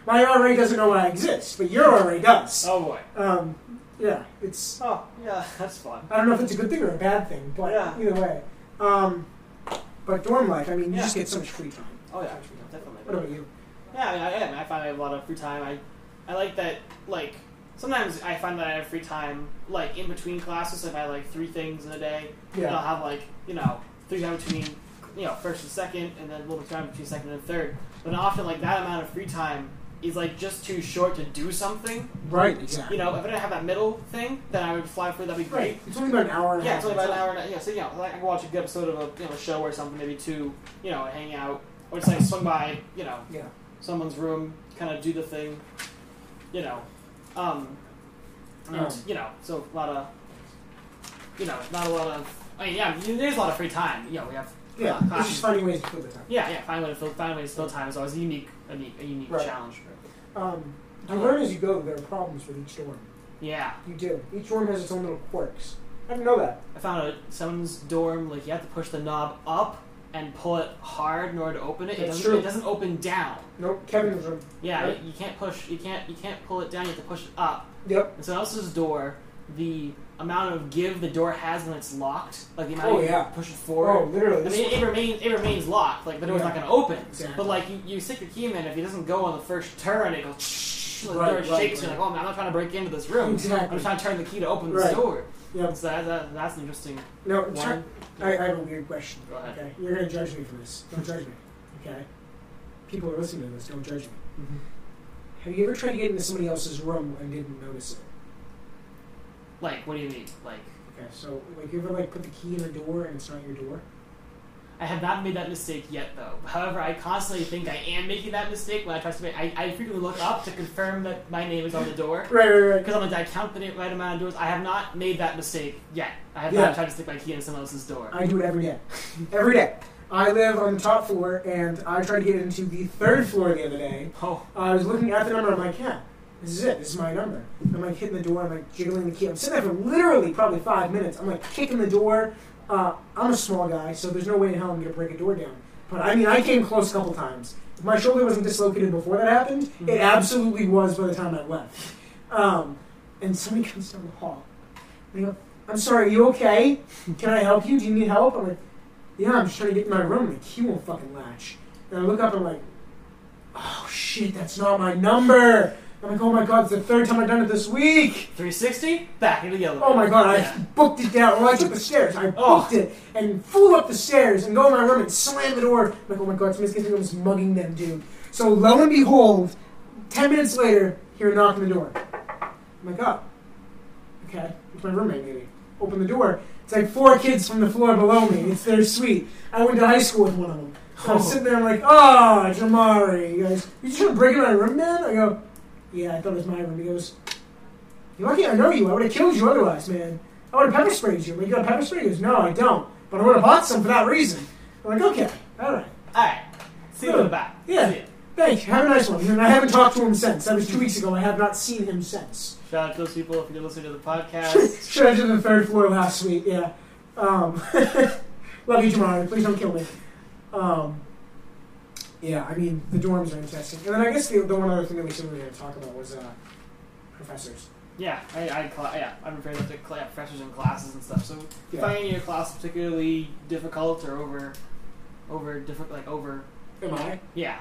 My RA doesn't know I exist, but your RA does.
Oh boy.
Um, yeah, it's.
Oh yeah, that's fun.
I don't know if it's a good thing or a bad thing, but
Yeah.
either way. Um, but dorm life, I mean, you
Yeah.
just get so much free time.
Oh yeah,
What
definitely.
about you?
Yeah, I, mean, I am. I find I have a lot of free time. I, I like that. Like sometimes I find that I have free time, like in between classes. If I have, like three things in a day, and I'll
Yeah.
have like you know three time between you know first and second, and then a little time between second and third. But often like that amount of free time is like just too short to do something.
Right, exactly.
You know, if I didn't have that middle thing, then I would fly for that'd be great.
Right. It's only about an hour and a
Yeah,
half.
it's only about an hour. And a, yeah, so you know, like, I can watch a good episode of a you know a show or something, maybe two. You know, hang out or just like swing by. You know,
Yeah.
someone's room, kind of do the thing. You know, um, and
Um.
you know, so a lot of, you know, not a lot of. I mean, yeah, you- there's a lot of free time. You know, we have uh,
Yeah, it's just
classes.
finding ways to fill the time.
Yeah, yeah. Find a way to fill, find a way to fill time is always a unique, a unique, a unique
Right.
challenge.
Um, you learn as you go. There are problems with each dorm.
Yeah,
You do. Each dorm has its own little quirks. I didn't know that.
I found out someone's dorm like you have to push the knob up and pull it hard in order to open it. It
That's
doesn't,
true.
it doesn't open down.
Nope. Kevin's room.
Yeah,
Right.
you, you can't push. You can't. You can't pull it down. You have to push it up.
Yep.
And someone else's door, the amount of give the door has when it's locked, like the amount
Oh,
of
yeah.
push it
Oh,
forward.
literally.
I
this-
mean, it remains. It remains locked. Like the door's
Yeah.
not going to open.
Exactly.
But like you, you stick your key in, and if it doesn't go on the first turn, it goes. the
Right,
door
right,
shakes. You're
right.
like, oh man, I'm not trying to break into this room. I'm
exactly.
just trying to turn the key to open this
Right.
door.
Yep.
So that, that, that's an interesting
No, it's
one.
I, I have a weird question.
Go ahead.
Okay, you're gonna judge me for this. Don't judge me. Okay. People are listening to this. Don't judge me.
Mhm.
Have you ever tried to get into somebody else's room and didn't notice it?
Like, what do you mean? Like,
Okay. So, like, you ever like put the key in a door and it's not your door?
I have not made that mistake yet, though. However, I constantly think I am making that mistake when I try to make. I, I frequently look up to confirm that my name is on the door
Right, right,
because I'm like, did I count the right amount of doors? I have not made that mistake yet. I have
Yeah.
not tried to stick my key in someone else's door.
I do it every day. [LAUGHS] every day. I live on the top floor, and I tried to get into the third floor the other day.
oh,
I was looking at the number. I'm like, yeah, this is it. This is my number. I'm like hitting the door. I'm like jiggling the key. I'm sitting there for literally probably five minutes. I'm like kicking the door. Uh, I'm a small guy, so there's no way in hell I'm gonna break a door down. But I mean, I came close a couple times. If my shoulder wasn't dislocated before that happened, it absolutely was by the time I left. Um, and somebody [LAUGHS] comes down the hall. They go, "I'm sorry, are you okay? Can I help you? Do you need help?" I'm like, "Yeah, I'm just trying to get in my room. and The key won't fucking latch." And I look up. I'm like oh shit, that's not my number. I'm like, oh my god, it's the third time I've done it this week.
360, back into the elevator.
Oh my god, I
Yeah.
booked it down. Well, I took the stairs. I booked
Oh.
it and flew up the stairs and go in my room and slam the door. I'm like, oh my god, somebody's getting was mugging them, dude. So lo and behold, ten minutes later, hear a knock on the door. I'm like, oh, okay, it's my roommate maybe. Open the door. It's like four kids from the floor below me. It's their suite. I went to high school with one of them. So I'm
Oh.
sitting there, I'm like, oh, Jamari. He goes, you just trying to break into my room, man? I go, yeah, I thought it was my room. He goes, you're lucky I know you. I would have killed you otherwise, man. I would have pepper sprayed you. Like, you got a pepper spray? He goes, no, I don't. But I would have bought some for that reason. I'm like, okay, all right.
All right, see you in the back.
Yeah.
See ya.
Thanks. Have a nice one. And I haven't talked to him since. That was two weeks ago. I have not seen him since.
Shout out to those people if you're listening to
[LAUGHS]
the podcast.
Shredded to the third floor last week. Yeah. Um, [LAUGHS] love you, Jamari. Please don't kill me. Um, yeah, I mean the dorms are interesting. And then I guess the, the one other thing that we should really talk about was uh, professors.
yeah, I, I cla- yeah, I'm afraid to cl- have freshers in classes and stuff. So
Yeah.
finding your class particularly difficult or over, over different like over.
Am I?
Yeah,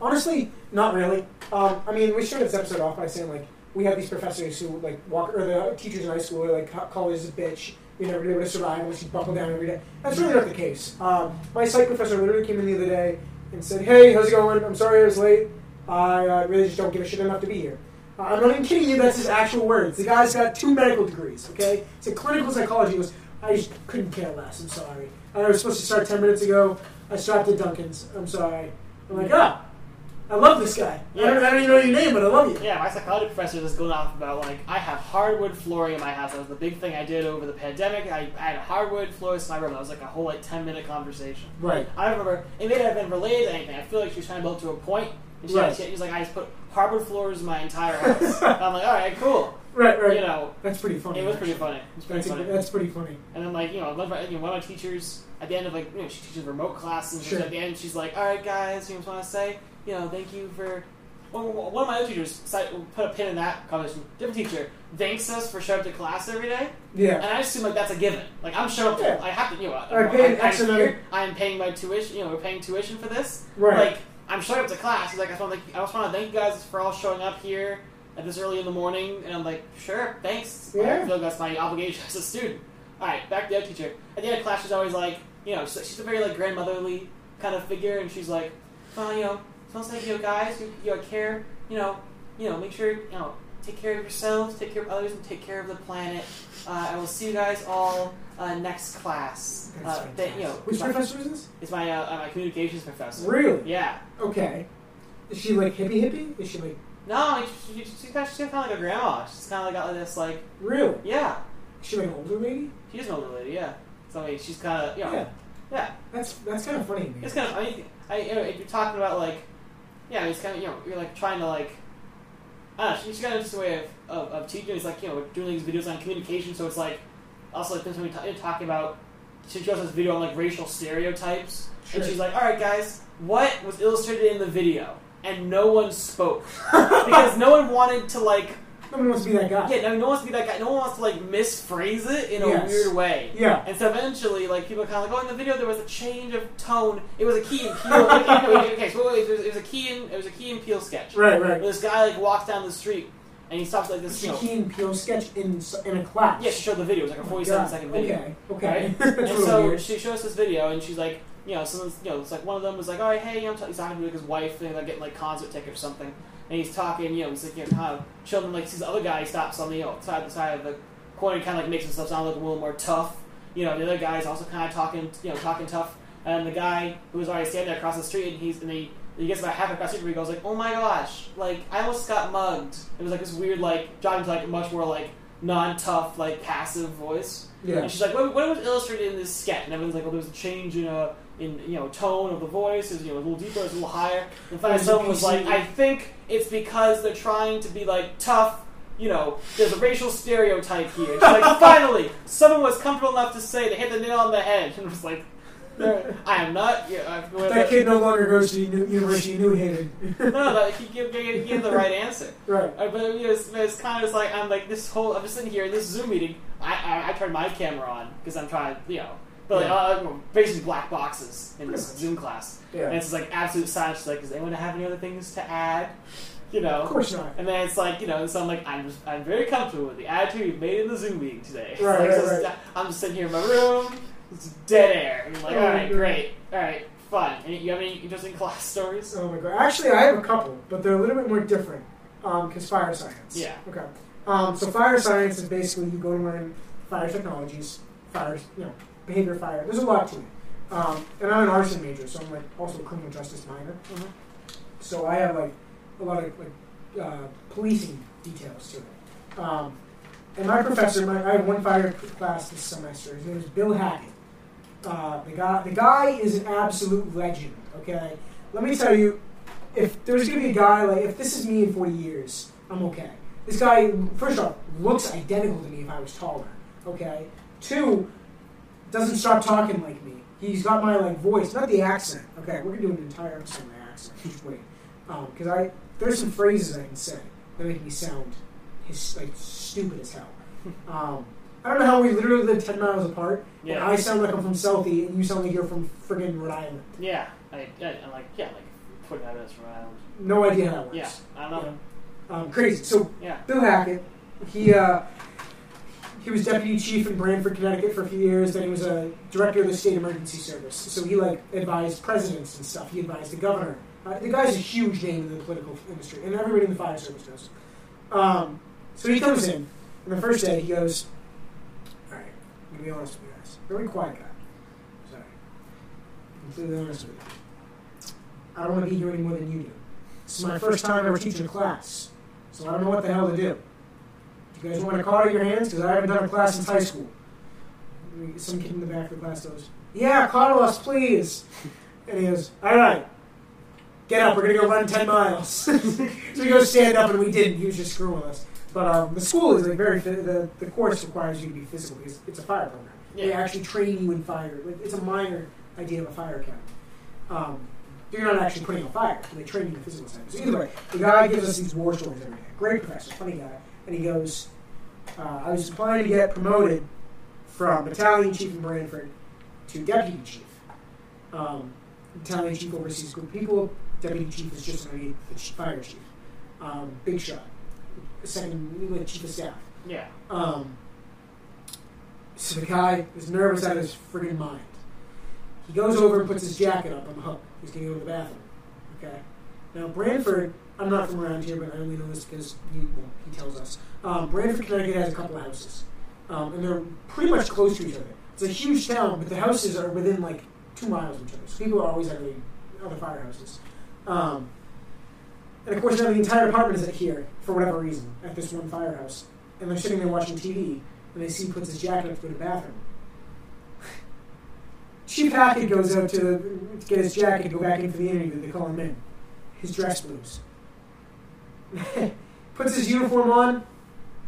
Honestly, not really. Um, I mean, we started this episode off by saying like we have these professors who like walk or the teachers in high school are like "Co- college is a bitch. You're never gonna be able to survive unless you buckle down every day. That's really not the case. Um, my psych professor literally came in the other day and said, "Hey, how's it going? I'm sorry I was late. I uh, really just don't give a shit enough to be here." Uh, I'm not even kidding you. That's his actual words. The guy's got two medical degrees. Okay, it's a clinical psychology. He goes, "I just couldn't care less. I'm sorry. I was supposed to start ten minutes ago. I stopped at Duncan's. I'm sorry." I'm like, "Ah, I love this guy. I, don't, I don't even know your name, but I love you."
Yeah, my psychology professor was going off about like I have hardwood flooring in my house. That was the big thing I did over the pandemic. I, I had hardwood floors in my room. That was like a whole like ten minute conversation.
Right.
I don't remember it may not have been related to anything. I feel like she was trying to build to a point. And she,
Right.
she, she was like, I just put hardwood floors in my entire house. I'm like, all right, cool.
Right, right.
You know,
That's pretty funny.
it was pretty
actually.
funny. It was pretty
That's,
funny.
that's pretty funny.
And then like you know, one of my, you know, one of my teachers at the end of like you know she teaches remote classes.
Sure.
And at the end, she's like, "All right, guys, you know, just want to say you know thank you for." One, one one of my other teachers si- put a pin in that conversation. Different teacher thanks us for showing up to class every day, and
Yeah.
I assume like that's a given. Like I'm showing up. To,
Yeah.
I have to. You know, I,
I paid
I'm
X amount of-
here, I'm paying my tuition. You know, we're paying tuition for this.
Right.
Like I'm showing up to class. He's like, I just want to thank, I just want to thank you guys for all showing up here at this early in the morning. And I'm like, sure, thanks.
Yeah.
I feel like that's my obligation [LAUGHS] as a student. All right, back to the other teacher. At the end of class, she's always like, you know, she's, she's a very like grandmotherly kind of figure, and she's like, well, you know, just want to thank you guys. You, you care. You know, you know, make sure you know, take care of yourselves, take care of others, and take care of the planet. Uh, I will see you guys all uh, next class.
That's
uh, th- you know,
Which
my-
professor is this?
It's my uh, uh, my communications professor.
Really?
Yeah.
Okay. Is she like hippie hippie? Is she like
No, I mean, she, she, she's kind of, she's kind of like a grandma. She's kind of like got this, like,
really?
yeah,
Is she like an older lady?
she's an older lady, yeah. So I mean, she's kind of, you know,
Yeah.
yeah.
That's that's kind of funny. Man.
It's kind of, I mean, I, you know, if you're talking about like, yeah, it's kind of, you know, you're like trying to like, I don't know, she's kind of just a way of, of, of teaching. It's like, you know, we're doing these videos on communication, so it's like, also like things when we ta- talking about. She shows this video on like racial stereotypes,
Sure.
and she's like, "All right, guys, what was illustrated in the video?" And no one
[LAUGHS]
spoke because no one wanted to like
No one wants to be that guy.
Yeah, no, no one wants to be that guy. No one wants to like misphrase it in
Yes.
a weird way.
Yeah.
And so eventually, like people are kind of like, oh, in the video there was a change of tone. It was a key and peel. okay, so wait, wait, it, was, it was a key and it was a key and peel sketch.
Right,
Where
right.
this guy like walks down the street and he stops like this.
She
You know,
Keen Peel sketch in s- in a class.
yeah, she showed the video. It was like a
Oh my
forty-seven
God.
second video.
Okay, okay. [LAUGHS]
Right?
that's a
and
little
so
weird.
she shows this video, and she's like, you know, someone's, you know, it's like one of them was like, all right, hey, you know, I'm t- he's talking to like his wife, and they're getting like concert tickets or something, and he's talking, you know, he's like, you know, kind of chilling, like sees the other guy stops on the you know, side the side of the corner, kind of like makes himself sound like a little more tough, you know, the other guy's also kind of talking, you know, talking tough, and the guy who was already standing there across the street, and he's and he. He gets about half across the street, he goes like, "Oh my gosh! Like I almost got mugged." It was like this weird, like jogging to like a much more like non-tough, like passive voice.
yeah.
And she's like, what, what was illustrated in this sketch? And everyone's like, well, there was a change in uh, in you know tone of the voice. It was, you know, a little deeper, it was a little higher. And finally,
Or
someone was
PC.
like, I think it's because they're trying to be like tough. You know, there's a racial stereotype here.
[LAUGHS]
She's like, finally, someone was comfortable enough to say they hit the nail on the head. And it was like, I am not. Yeah, I,
That kid no longer goes to uni- university. You knew he hated.
no, no, no, he gave, gave, gave the right answer.
[LAUGHS] Right.
Uh, But it was, but it's kind of just like I'm like this whole I'm just sitting here in this Zoom meeting. I I, I turn my camera on because I'm trying, you know, but like
Yeah.
uh, basically black boxes in this
Pretty
Zoom class, and
Yeah.
it's just like absolute silence. Like, does anyone have any other things to add? You
Of
know,
course not.
and then it's like you know, so I'm like I'm just I'm very comfortable with the attitude you've made in the Zoom meeting today. It's
Right,
like,
right,
so it's- I'm just sitting here in my room. It's dead air. And I'm like,
Oh,
all right,
yeah.
great, all right, fun. And you have any interesting class stories?
Oh my god. Actually, I have a couple, but they're a little bit more different. Um, cause fire science.
Yeah.
Okay. Um, so fire science is basically you go and learn fire technologies, fire, you know, behavior of fire. There's a lot to it. Um, and I'm an arson major, so I'm like also a criminal justice minor.
Mhm.
[LAUGHS] So I have like a lot of like uh, policing details to it. Um, and my professor, my, I had one fire class this semester. His name is Bill Hackett. Uh, the guy, the guy is an absolute legend. Okay, let me tell you, if there's gonna be a guy like if this is me in 40 years, I'm okay. This guy, first off, looks identical to me if I was taller. Okay, two, doesn't stop talking like me. He's got my like voice, not the accent. Okay, we're gonna do an entire episode on my accent. Just wait, because I there's some phrases I can say that make me sound his like stupid as hell. Um, I don't know how we literally live ten miles apart. and
Yeah.
I sound like I'm from Southie, and you sound like you're from friggin' Rhode Island.
Yeah, I, I, I'm like yeah, like putting out minutes from Ireland.
No idea how that works.
Yeah, I don't know.
Um, crazy. So
Yeah.
Bill Hackett, he uh, he was deputy chief in Branford, Connecticut for a few years. Then he was a director of the state emergency service. So he like advised presidents and stuff. He advised the governor. Uh, the guy's a huge name in the political industry, and everybody in the fire service knows. Um, so he comes in, and the first day he goes, "All right, I'm gonna be honest with you guys. Very quiet guy. Sorry, completely honest with you. I don't want to be here any more than you do. This is my first time ever teaching a class." So I don't know what the hell to do. Do you guys want to call out your hands? Because I haven't done a class since high school. And we- Some kid in the back of the class goes, Yeah, coddle us, please. And he goes, All right, [LAUGHS] get up. We're going to go run 10 miles. so we go stand up, and we didn't. He was just screwing with us. But um, the school is like very the the course requires you to be physical because it's a fire program. They
Yeah.
actually train you in fire. Like, It's a minor idea of a fire academy. Um, you're not actually putting out fire. They train you in the physical side. So either way, the guy gives us these war stories every day. Great professor, funny guy, and he goes, uh, "I was applying to get promoted from battalion chief in Branford to deputy chief. Um, battalion chief oversees a group of people. Deputy chief is just underneath the chief, fire chief. Um, big shot, second like, chief of staff." [LAUGHS]
Yeah.
Um, so the guy is nervous out of his friggin' mind. He goes over and puts his jacket up on the hook. He's gonna go to the bathroom. Okay. Now Branford, I'm not from around here, but I only know this because he, well, he tells us. Um, Branford, Connecticut has a couple of houses, um, and they're pretty much close to each other. It's a huge town, but the houses are within like two miles of each other. So people are always at the other firehouses. Um, and of course, now the entire apartment is here for whatever reason at this one firehouse and they're sitting there watching TV, and they see he puts his jacket up to go to the bathroom. Chief Hackett goes out to, to get his jacket, go back in for the interview. They call him in. His dress blues. [LAUGHS] Puts his uniform on,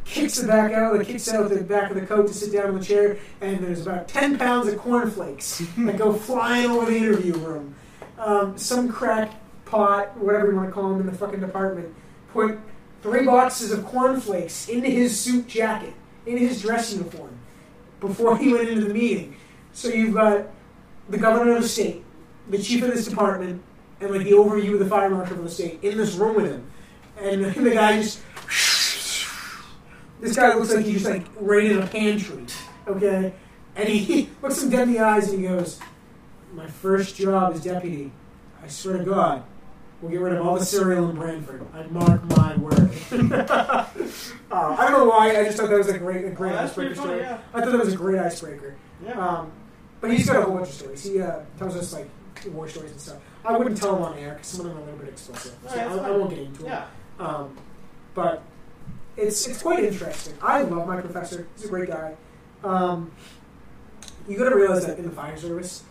kicks the back out, like kicks out the back of the coat to sit down on the chair, and there's about ten pounds of cornflakes [LAUGHS] that go flying over the interview room. Um, some crack pot, whatever you want to call him, in the fucking department, put three boxes of cornflakes into his suit jacket, in his dress uniform, before he went into the meeting. So you've got the governor of the state, the chief of this department, and like the overview of the fire marshal of the state in this room with him. And [LAUGHS] the guy just this guy looks like he just like raided a pantry. Okay? And he [LAUGHS] looks him dead in the eyes and he goes, My first job as deputy. I swear to God, We'll get rid of all the cereal in Branford. I mark my word. [LAUGHS] uh, I don't know why. I just thought that was a great, a great
Oh, that's
icebreaker
pretty funny,
story.
yeah.
I thought that was a great icebreaker.
Yeah.
Um, but he's got a whole bunch of stories. He uh, tells us like war stories and stuff. I wouldn't tell them on air because some of them are a little bit explicit. So
Alright,
I,
that's
I
fine.
won't get into it.
yeah.
Um, but it's it's quite interesting. I love my professor. He's a great guy. Um, you got to realize that in the fire service,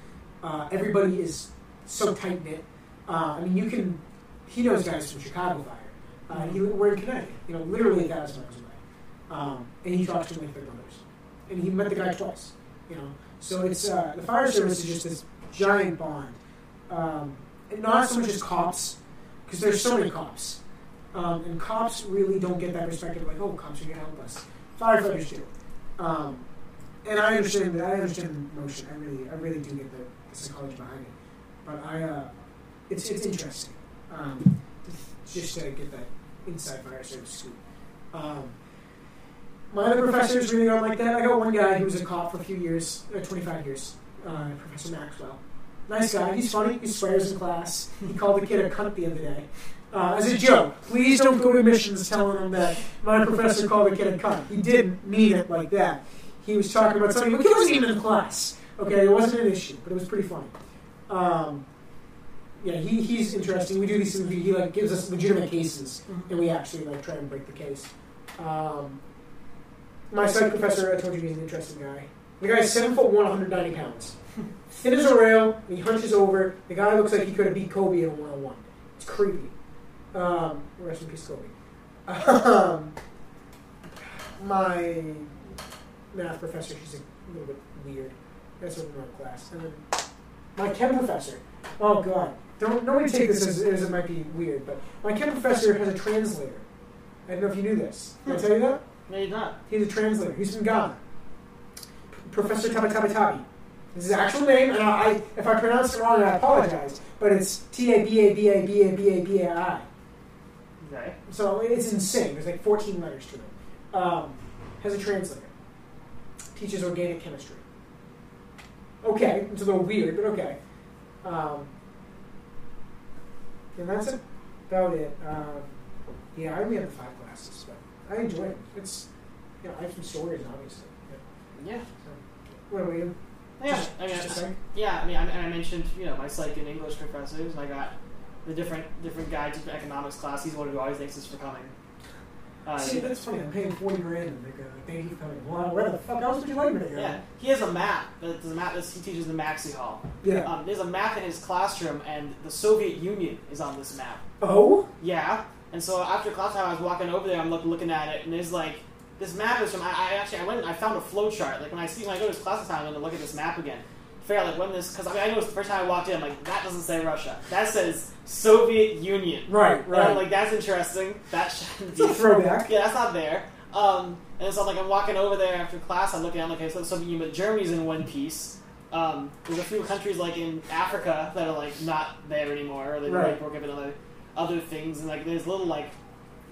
uh, everybody is so tight knit. Uh, I mean, you can. He knows guys from Chicago Fire. Uh, he, we're in Connecticut. You know, literally a thousand miles away. Um, and he talks to them like their brothers. And he met the guy twice. You know, so it's uh, the fire service is just this giant bond. Um, and not so much as cops, because there's so many cops. Um, and cops really don't get that perspective, like, oh, cops are going to help us. Firefighters do. Um, and I understand that. I understand the motion. I really, I really do get the, the psychology behind it. But I, uh, it's it's interesting. Um, just to get that inside fire service scoop. Um, my other professors really aren't like that. I got one guy who was a cop for a few years, uh, 25 years, uh, Professor Maxwell. Nice guy. He's funny. He swears in class. He called the kid a cunt the other day. Uh, as a joke, please don't go to missions telling him that my professor called the kid a cunt. He didn't mean it like that. He was talking about something. The kid wasn't even in class. Okay, it wasn't an issue, but it was pretty funny. Um, yeah, he, he's interesting. We do these things. where He like gives us legitimate cases, and we actually like try and break the case. Um, my psych professor, I told you, he's an interesting guy. The guy's seven foot one, 190 pounds, thin as a rail. And he hunches over. The guy looks like he could have beat Kobe in a one on one. It's creepy. Um, rest in peace, Kobe. Um, my math professor, she's a little bit weird. That's what we class. And then my chem professor. Oh god, don't nobody take this as, as it might be weird, but my chem professor has a translator. I don't know if you knew this. Did I tell you that?
Maybe not.
He's a translator. He's from Ghana. P- Professor Tabatabatabi. This is his actual name, and I, I, if I pronounce it wrong, I apologize. But it's T A B A B A B A B A B A I.
Okay.
So it's insane. There's like 14 letters to it. Um, has a translator. Teaches organic chemistry. Okay, it's a little weird, but okay. Um, and that's about it. Um, yeah, I only have the five classes, but I enjoy it. It's, you know, I have some stories, obviously. Yeah.
Yeah.
So, what about you?
Yeah.
Just-
I mean,
just a
I-
second.
yeah. I mean, I, and I mentioned you know my psych and English professors. and I got the different different guy to the economics class. He's one who always thanks us for coming. Uh,
See, that's funny. I'm paying 40 grand, and they go, thank you for coming. Well, where the fuck else would you like me to go?
yeah. He has a map. There's a map that he teaches in Maxi Hall.
Yeah.
Um, there's a map in his classroom, and the Soviet Union is on this map.
Oh?
Yeah. And so after class time, I was walking over there. I'm look, looking at it, and there's like this map is from. I, I actually I went. and I found a flow chart. Like when I see when I go to this class time, I'm gonna look at this map again. Figure out like when this because I mean I noticed the first time I walked in, I'm like that doesn't say Russia. That says Soviet Union.
Right,
And I'm
right.
like that's interesting. That shouldn't
It's a [LAUGHS]
be-
throwback.
[LAUGHS] Yeah, that's not there. Um, and so like I'm walking over there after class, I'm looking. I'm like, okay, so Soviet Union, but Germany's in one piece. Um, there's a few countries like in Africa that are like not there anymore, or they
Right.
like broke up into other, other things, and like there's little like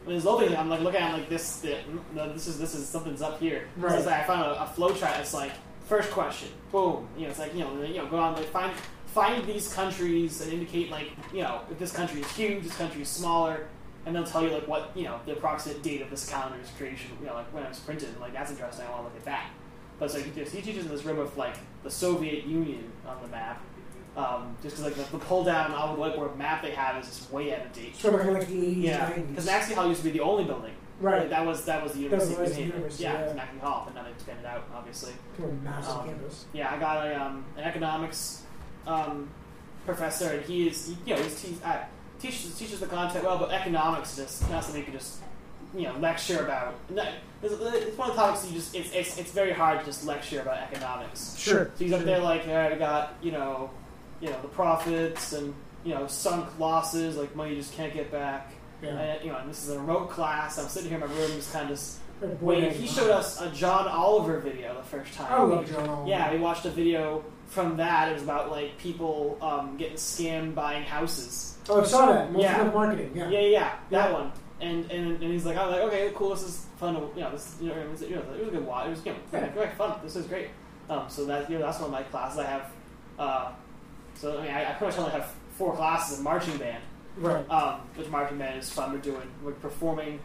there's little things. I'm like looking at I'm like this, uh, no, this is this is something's up here. So
Right.
it's like I found a, a flow chart. It's like first question, boom. You know, it's like you know, you know, go on like find find these countries and indicate like you know if this country is huge, this country is smaller, and they'll tell you like what you know the approximate date of this calendar's creation. You know, like when it was printed. And, like that's interesting. I want to look at that. But so he, just- he teaches in this room of like the Soviet Union on the map, um, just because like the, the pull down on like where map they have is just way out of date.
Sort of like, like the 80s,
Yeah,
90s.
because Maxie Hall used to be the only building.
Right.
That was that was the
That was
university.
always the
name.
university,
yeah, it
yeah.
was Maxie Hall, but now they expanded out, obviously.
To a massive
Um,
campus.
Yeah, I got a, um, an economics um, professor, and he is he, you know he's, he's, uh, teaches teaches the concept well, but economics is just not something you can just you know lecture about. No, it's, it's one of the topics you just it's, it's it's very hard to just lecture about economics.
Sure.
So he's up there like, all right, I got you know, you know the profits and you know sunk losses, like money you just can't get back.
Yeah.
And, you know, and this is a remote class. I'm sitting here in my room, just kind of just
Or boy,
waiting. He showed us a John Oliver video the first time.
I love John Oliver.
Yeah, we watched a video from that. It was about like people um, getting scammed buying houses.
Oh, I saw that. Multiple
Yeah.
marketing. Yeah.
Yeah, yeah, yeah, that
Yeah.
one. And, and and he's like, I'm like, okay, cool. This is fun. To, you know, this you know, it was, you know, it was a good watch. It was you know,
Yeah.
very fun. This is great. Um, so that you know, that's one of my classes I have. Uh, so I mean, I, I pretty much only have four classes in marching band.
Right.
Um, which marching band is fun. We're doing we're performing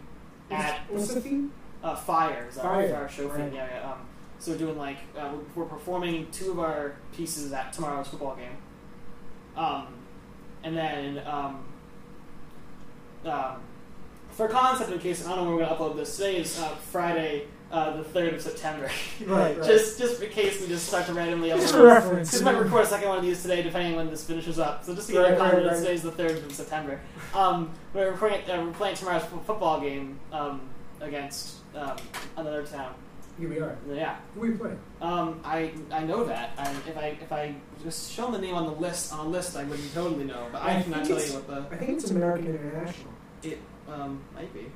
at
What's the theme?
uh, fire is our,
Fire,
is our show
right.
thing. Yeah, yeah. Um, so we're doing like uh, we're performing two of our pieces at tomorrow's football game, um, and then um, um, for concept in case I don't know when we're gonna upload this. Today is uh, Friday, uh, the third of September. [LAUGHS]
Right, right.
just just in case we just start to randomly upload.
Just for
this.
reference.
This might record a second one of these today, depending on when this finishes up. So just to get
Right,
a comment,
right, right.
today's the third of September. Um, we're recording. Uh, we're playing tomorrow's fo- football game um, against um, another town.
Here we are.
Yeah,
Who we play?
um, I I know that. I, if I if I just show the name on the list on a list, I would totally know. But I,
I
cannot
think
tell
it's-
you what the
I think it's American International.
it um, might be.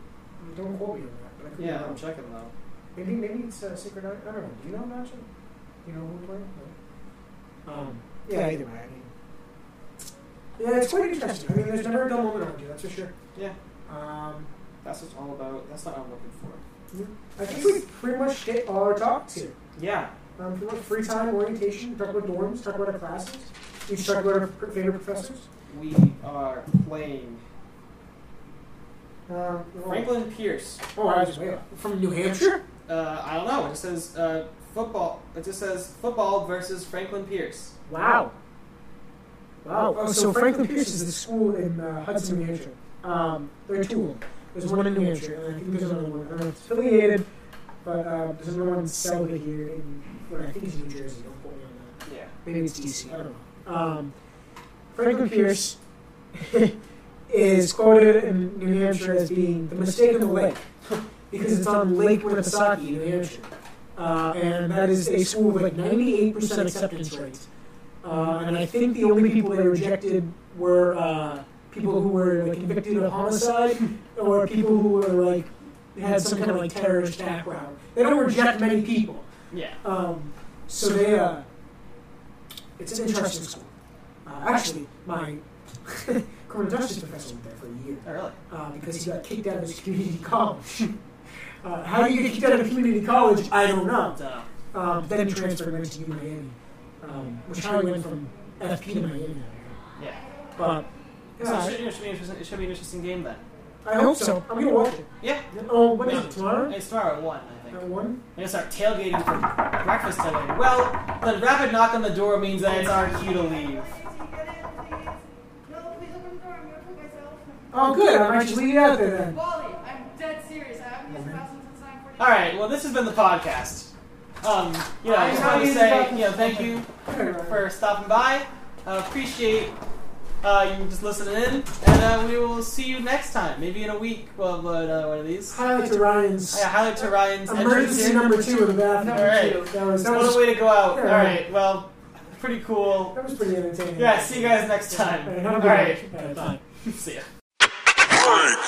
Don't quote me on that. But I could be
Yeah, I'm
wrong.
checking though.
Maybe maybe it's uh, Secret. I I don't know. Do you know Nacho? You know who we're playing? No.
Um,
yeah. Either way. I mean, yeah, it's quite interesting. I mean, there's never a dull moment on you. That's for sure.
Yeah,
Um,
that's what it's all about. That's not what I'm looking for.
I think we pretty much hit all our topics here.
Yeah,
Um, pretty much free time orientation. Talk about dorms. Talk about our classes. We talk about our pr- favorite professors.
we are playing
Um,
Franklin Pierce.
Oh, I was way off. From New Hampshire.
Uh, I don't know. It just says uh, football. It just says football versus Franklin Pierce.
Wow. Wow.
Oh,
Oh, so Franklin Pierce is the school in uh, Hudson, New Hampshire. Um, there are two of them. There's one in New Hampshire, and I think there's another one. I don't know if it's affiliated, but uh, there's another one in Selma here, in, well, I think it's New Jersey. Don't quote me on that.
Yeah.
Maybe it's DC. I don't know. Um, Franklin Pierce [LAUGHS] is quoted in New Hampshire as being the mistake on the lake [LAUGHS] because it's on Lake Winnipesaukee, New Hampshire. Uh, and that is a school with like 98% acceptance rate. Uh, and I think the only people they rejected were uh, people who were like convicted of homicide [LAUGHS] or people who were like had some kind of like terrorist background. They don't reject many people.
Yeah.
Um, so they, uh, it's an interesting school. Uh, actually, my [LAUGHS] criminal justice professor went there for a year
Oh, really?
uh, because he got kicked out of his community college. [LAUGHS] Uh, how do you get kicked out of community college? I don't know.
Dunno.
Um, then he transferred went to U Miami, um, which how he went from FP to Miami.
Yeah.
But
So
yeah,
it, should, it, should be interesting, it should be an interesting game then.
I, I hope so. I'm gonna watch it.
Yeah.
Oh, when is it tomorrow? Oh.
It's tomorrow at 1, I think.
At one.
We're going to start tailgating for breakfast today. Well, the rapid knock on the door means that it's our cue to leave.
No, please open the door. I'm gonna put myself.
Oh, good. I might just leave it out there then.
Wally, I'm dead serious. I haven't used the bathroom since 9:40.
Alright, well, this has been the podcast. Um, you know, I just want to say, you know, thank you
All right.
for stopping by. Uh, appreciate Uh, you can just listen in, and uh, we will see you next time. Maybe in a week, we'll have another one of these.
Highlight to Ryan's
Yeah, highlight to Ryan's
emergency
entrance.
number two in the
All
bathroom.
right.
That was, that
What
was,
a way to go out. All
Yeah.
right. Well, pretty cool.
that was pretty entertaining.
Yeah. See you guys next time. [LAUGHS]
All right,
All
have a good
right.
one. All right, bye.
See ya.
Break.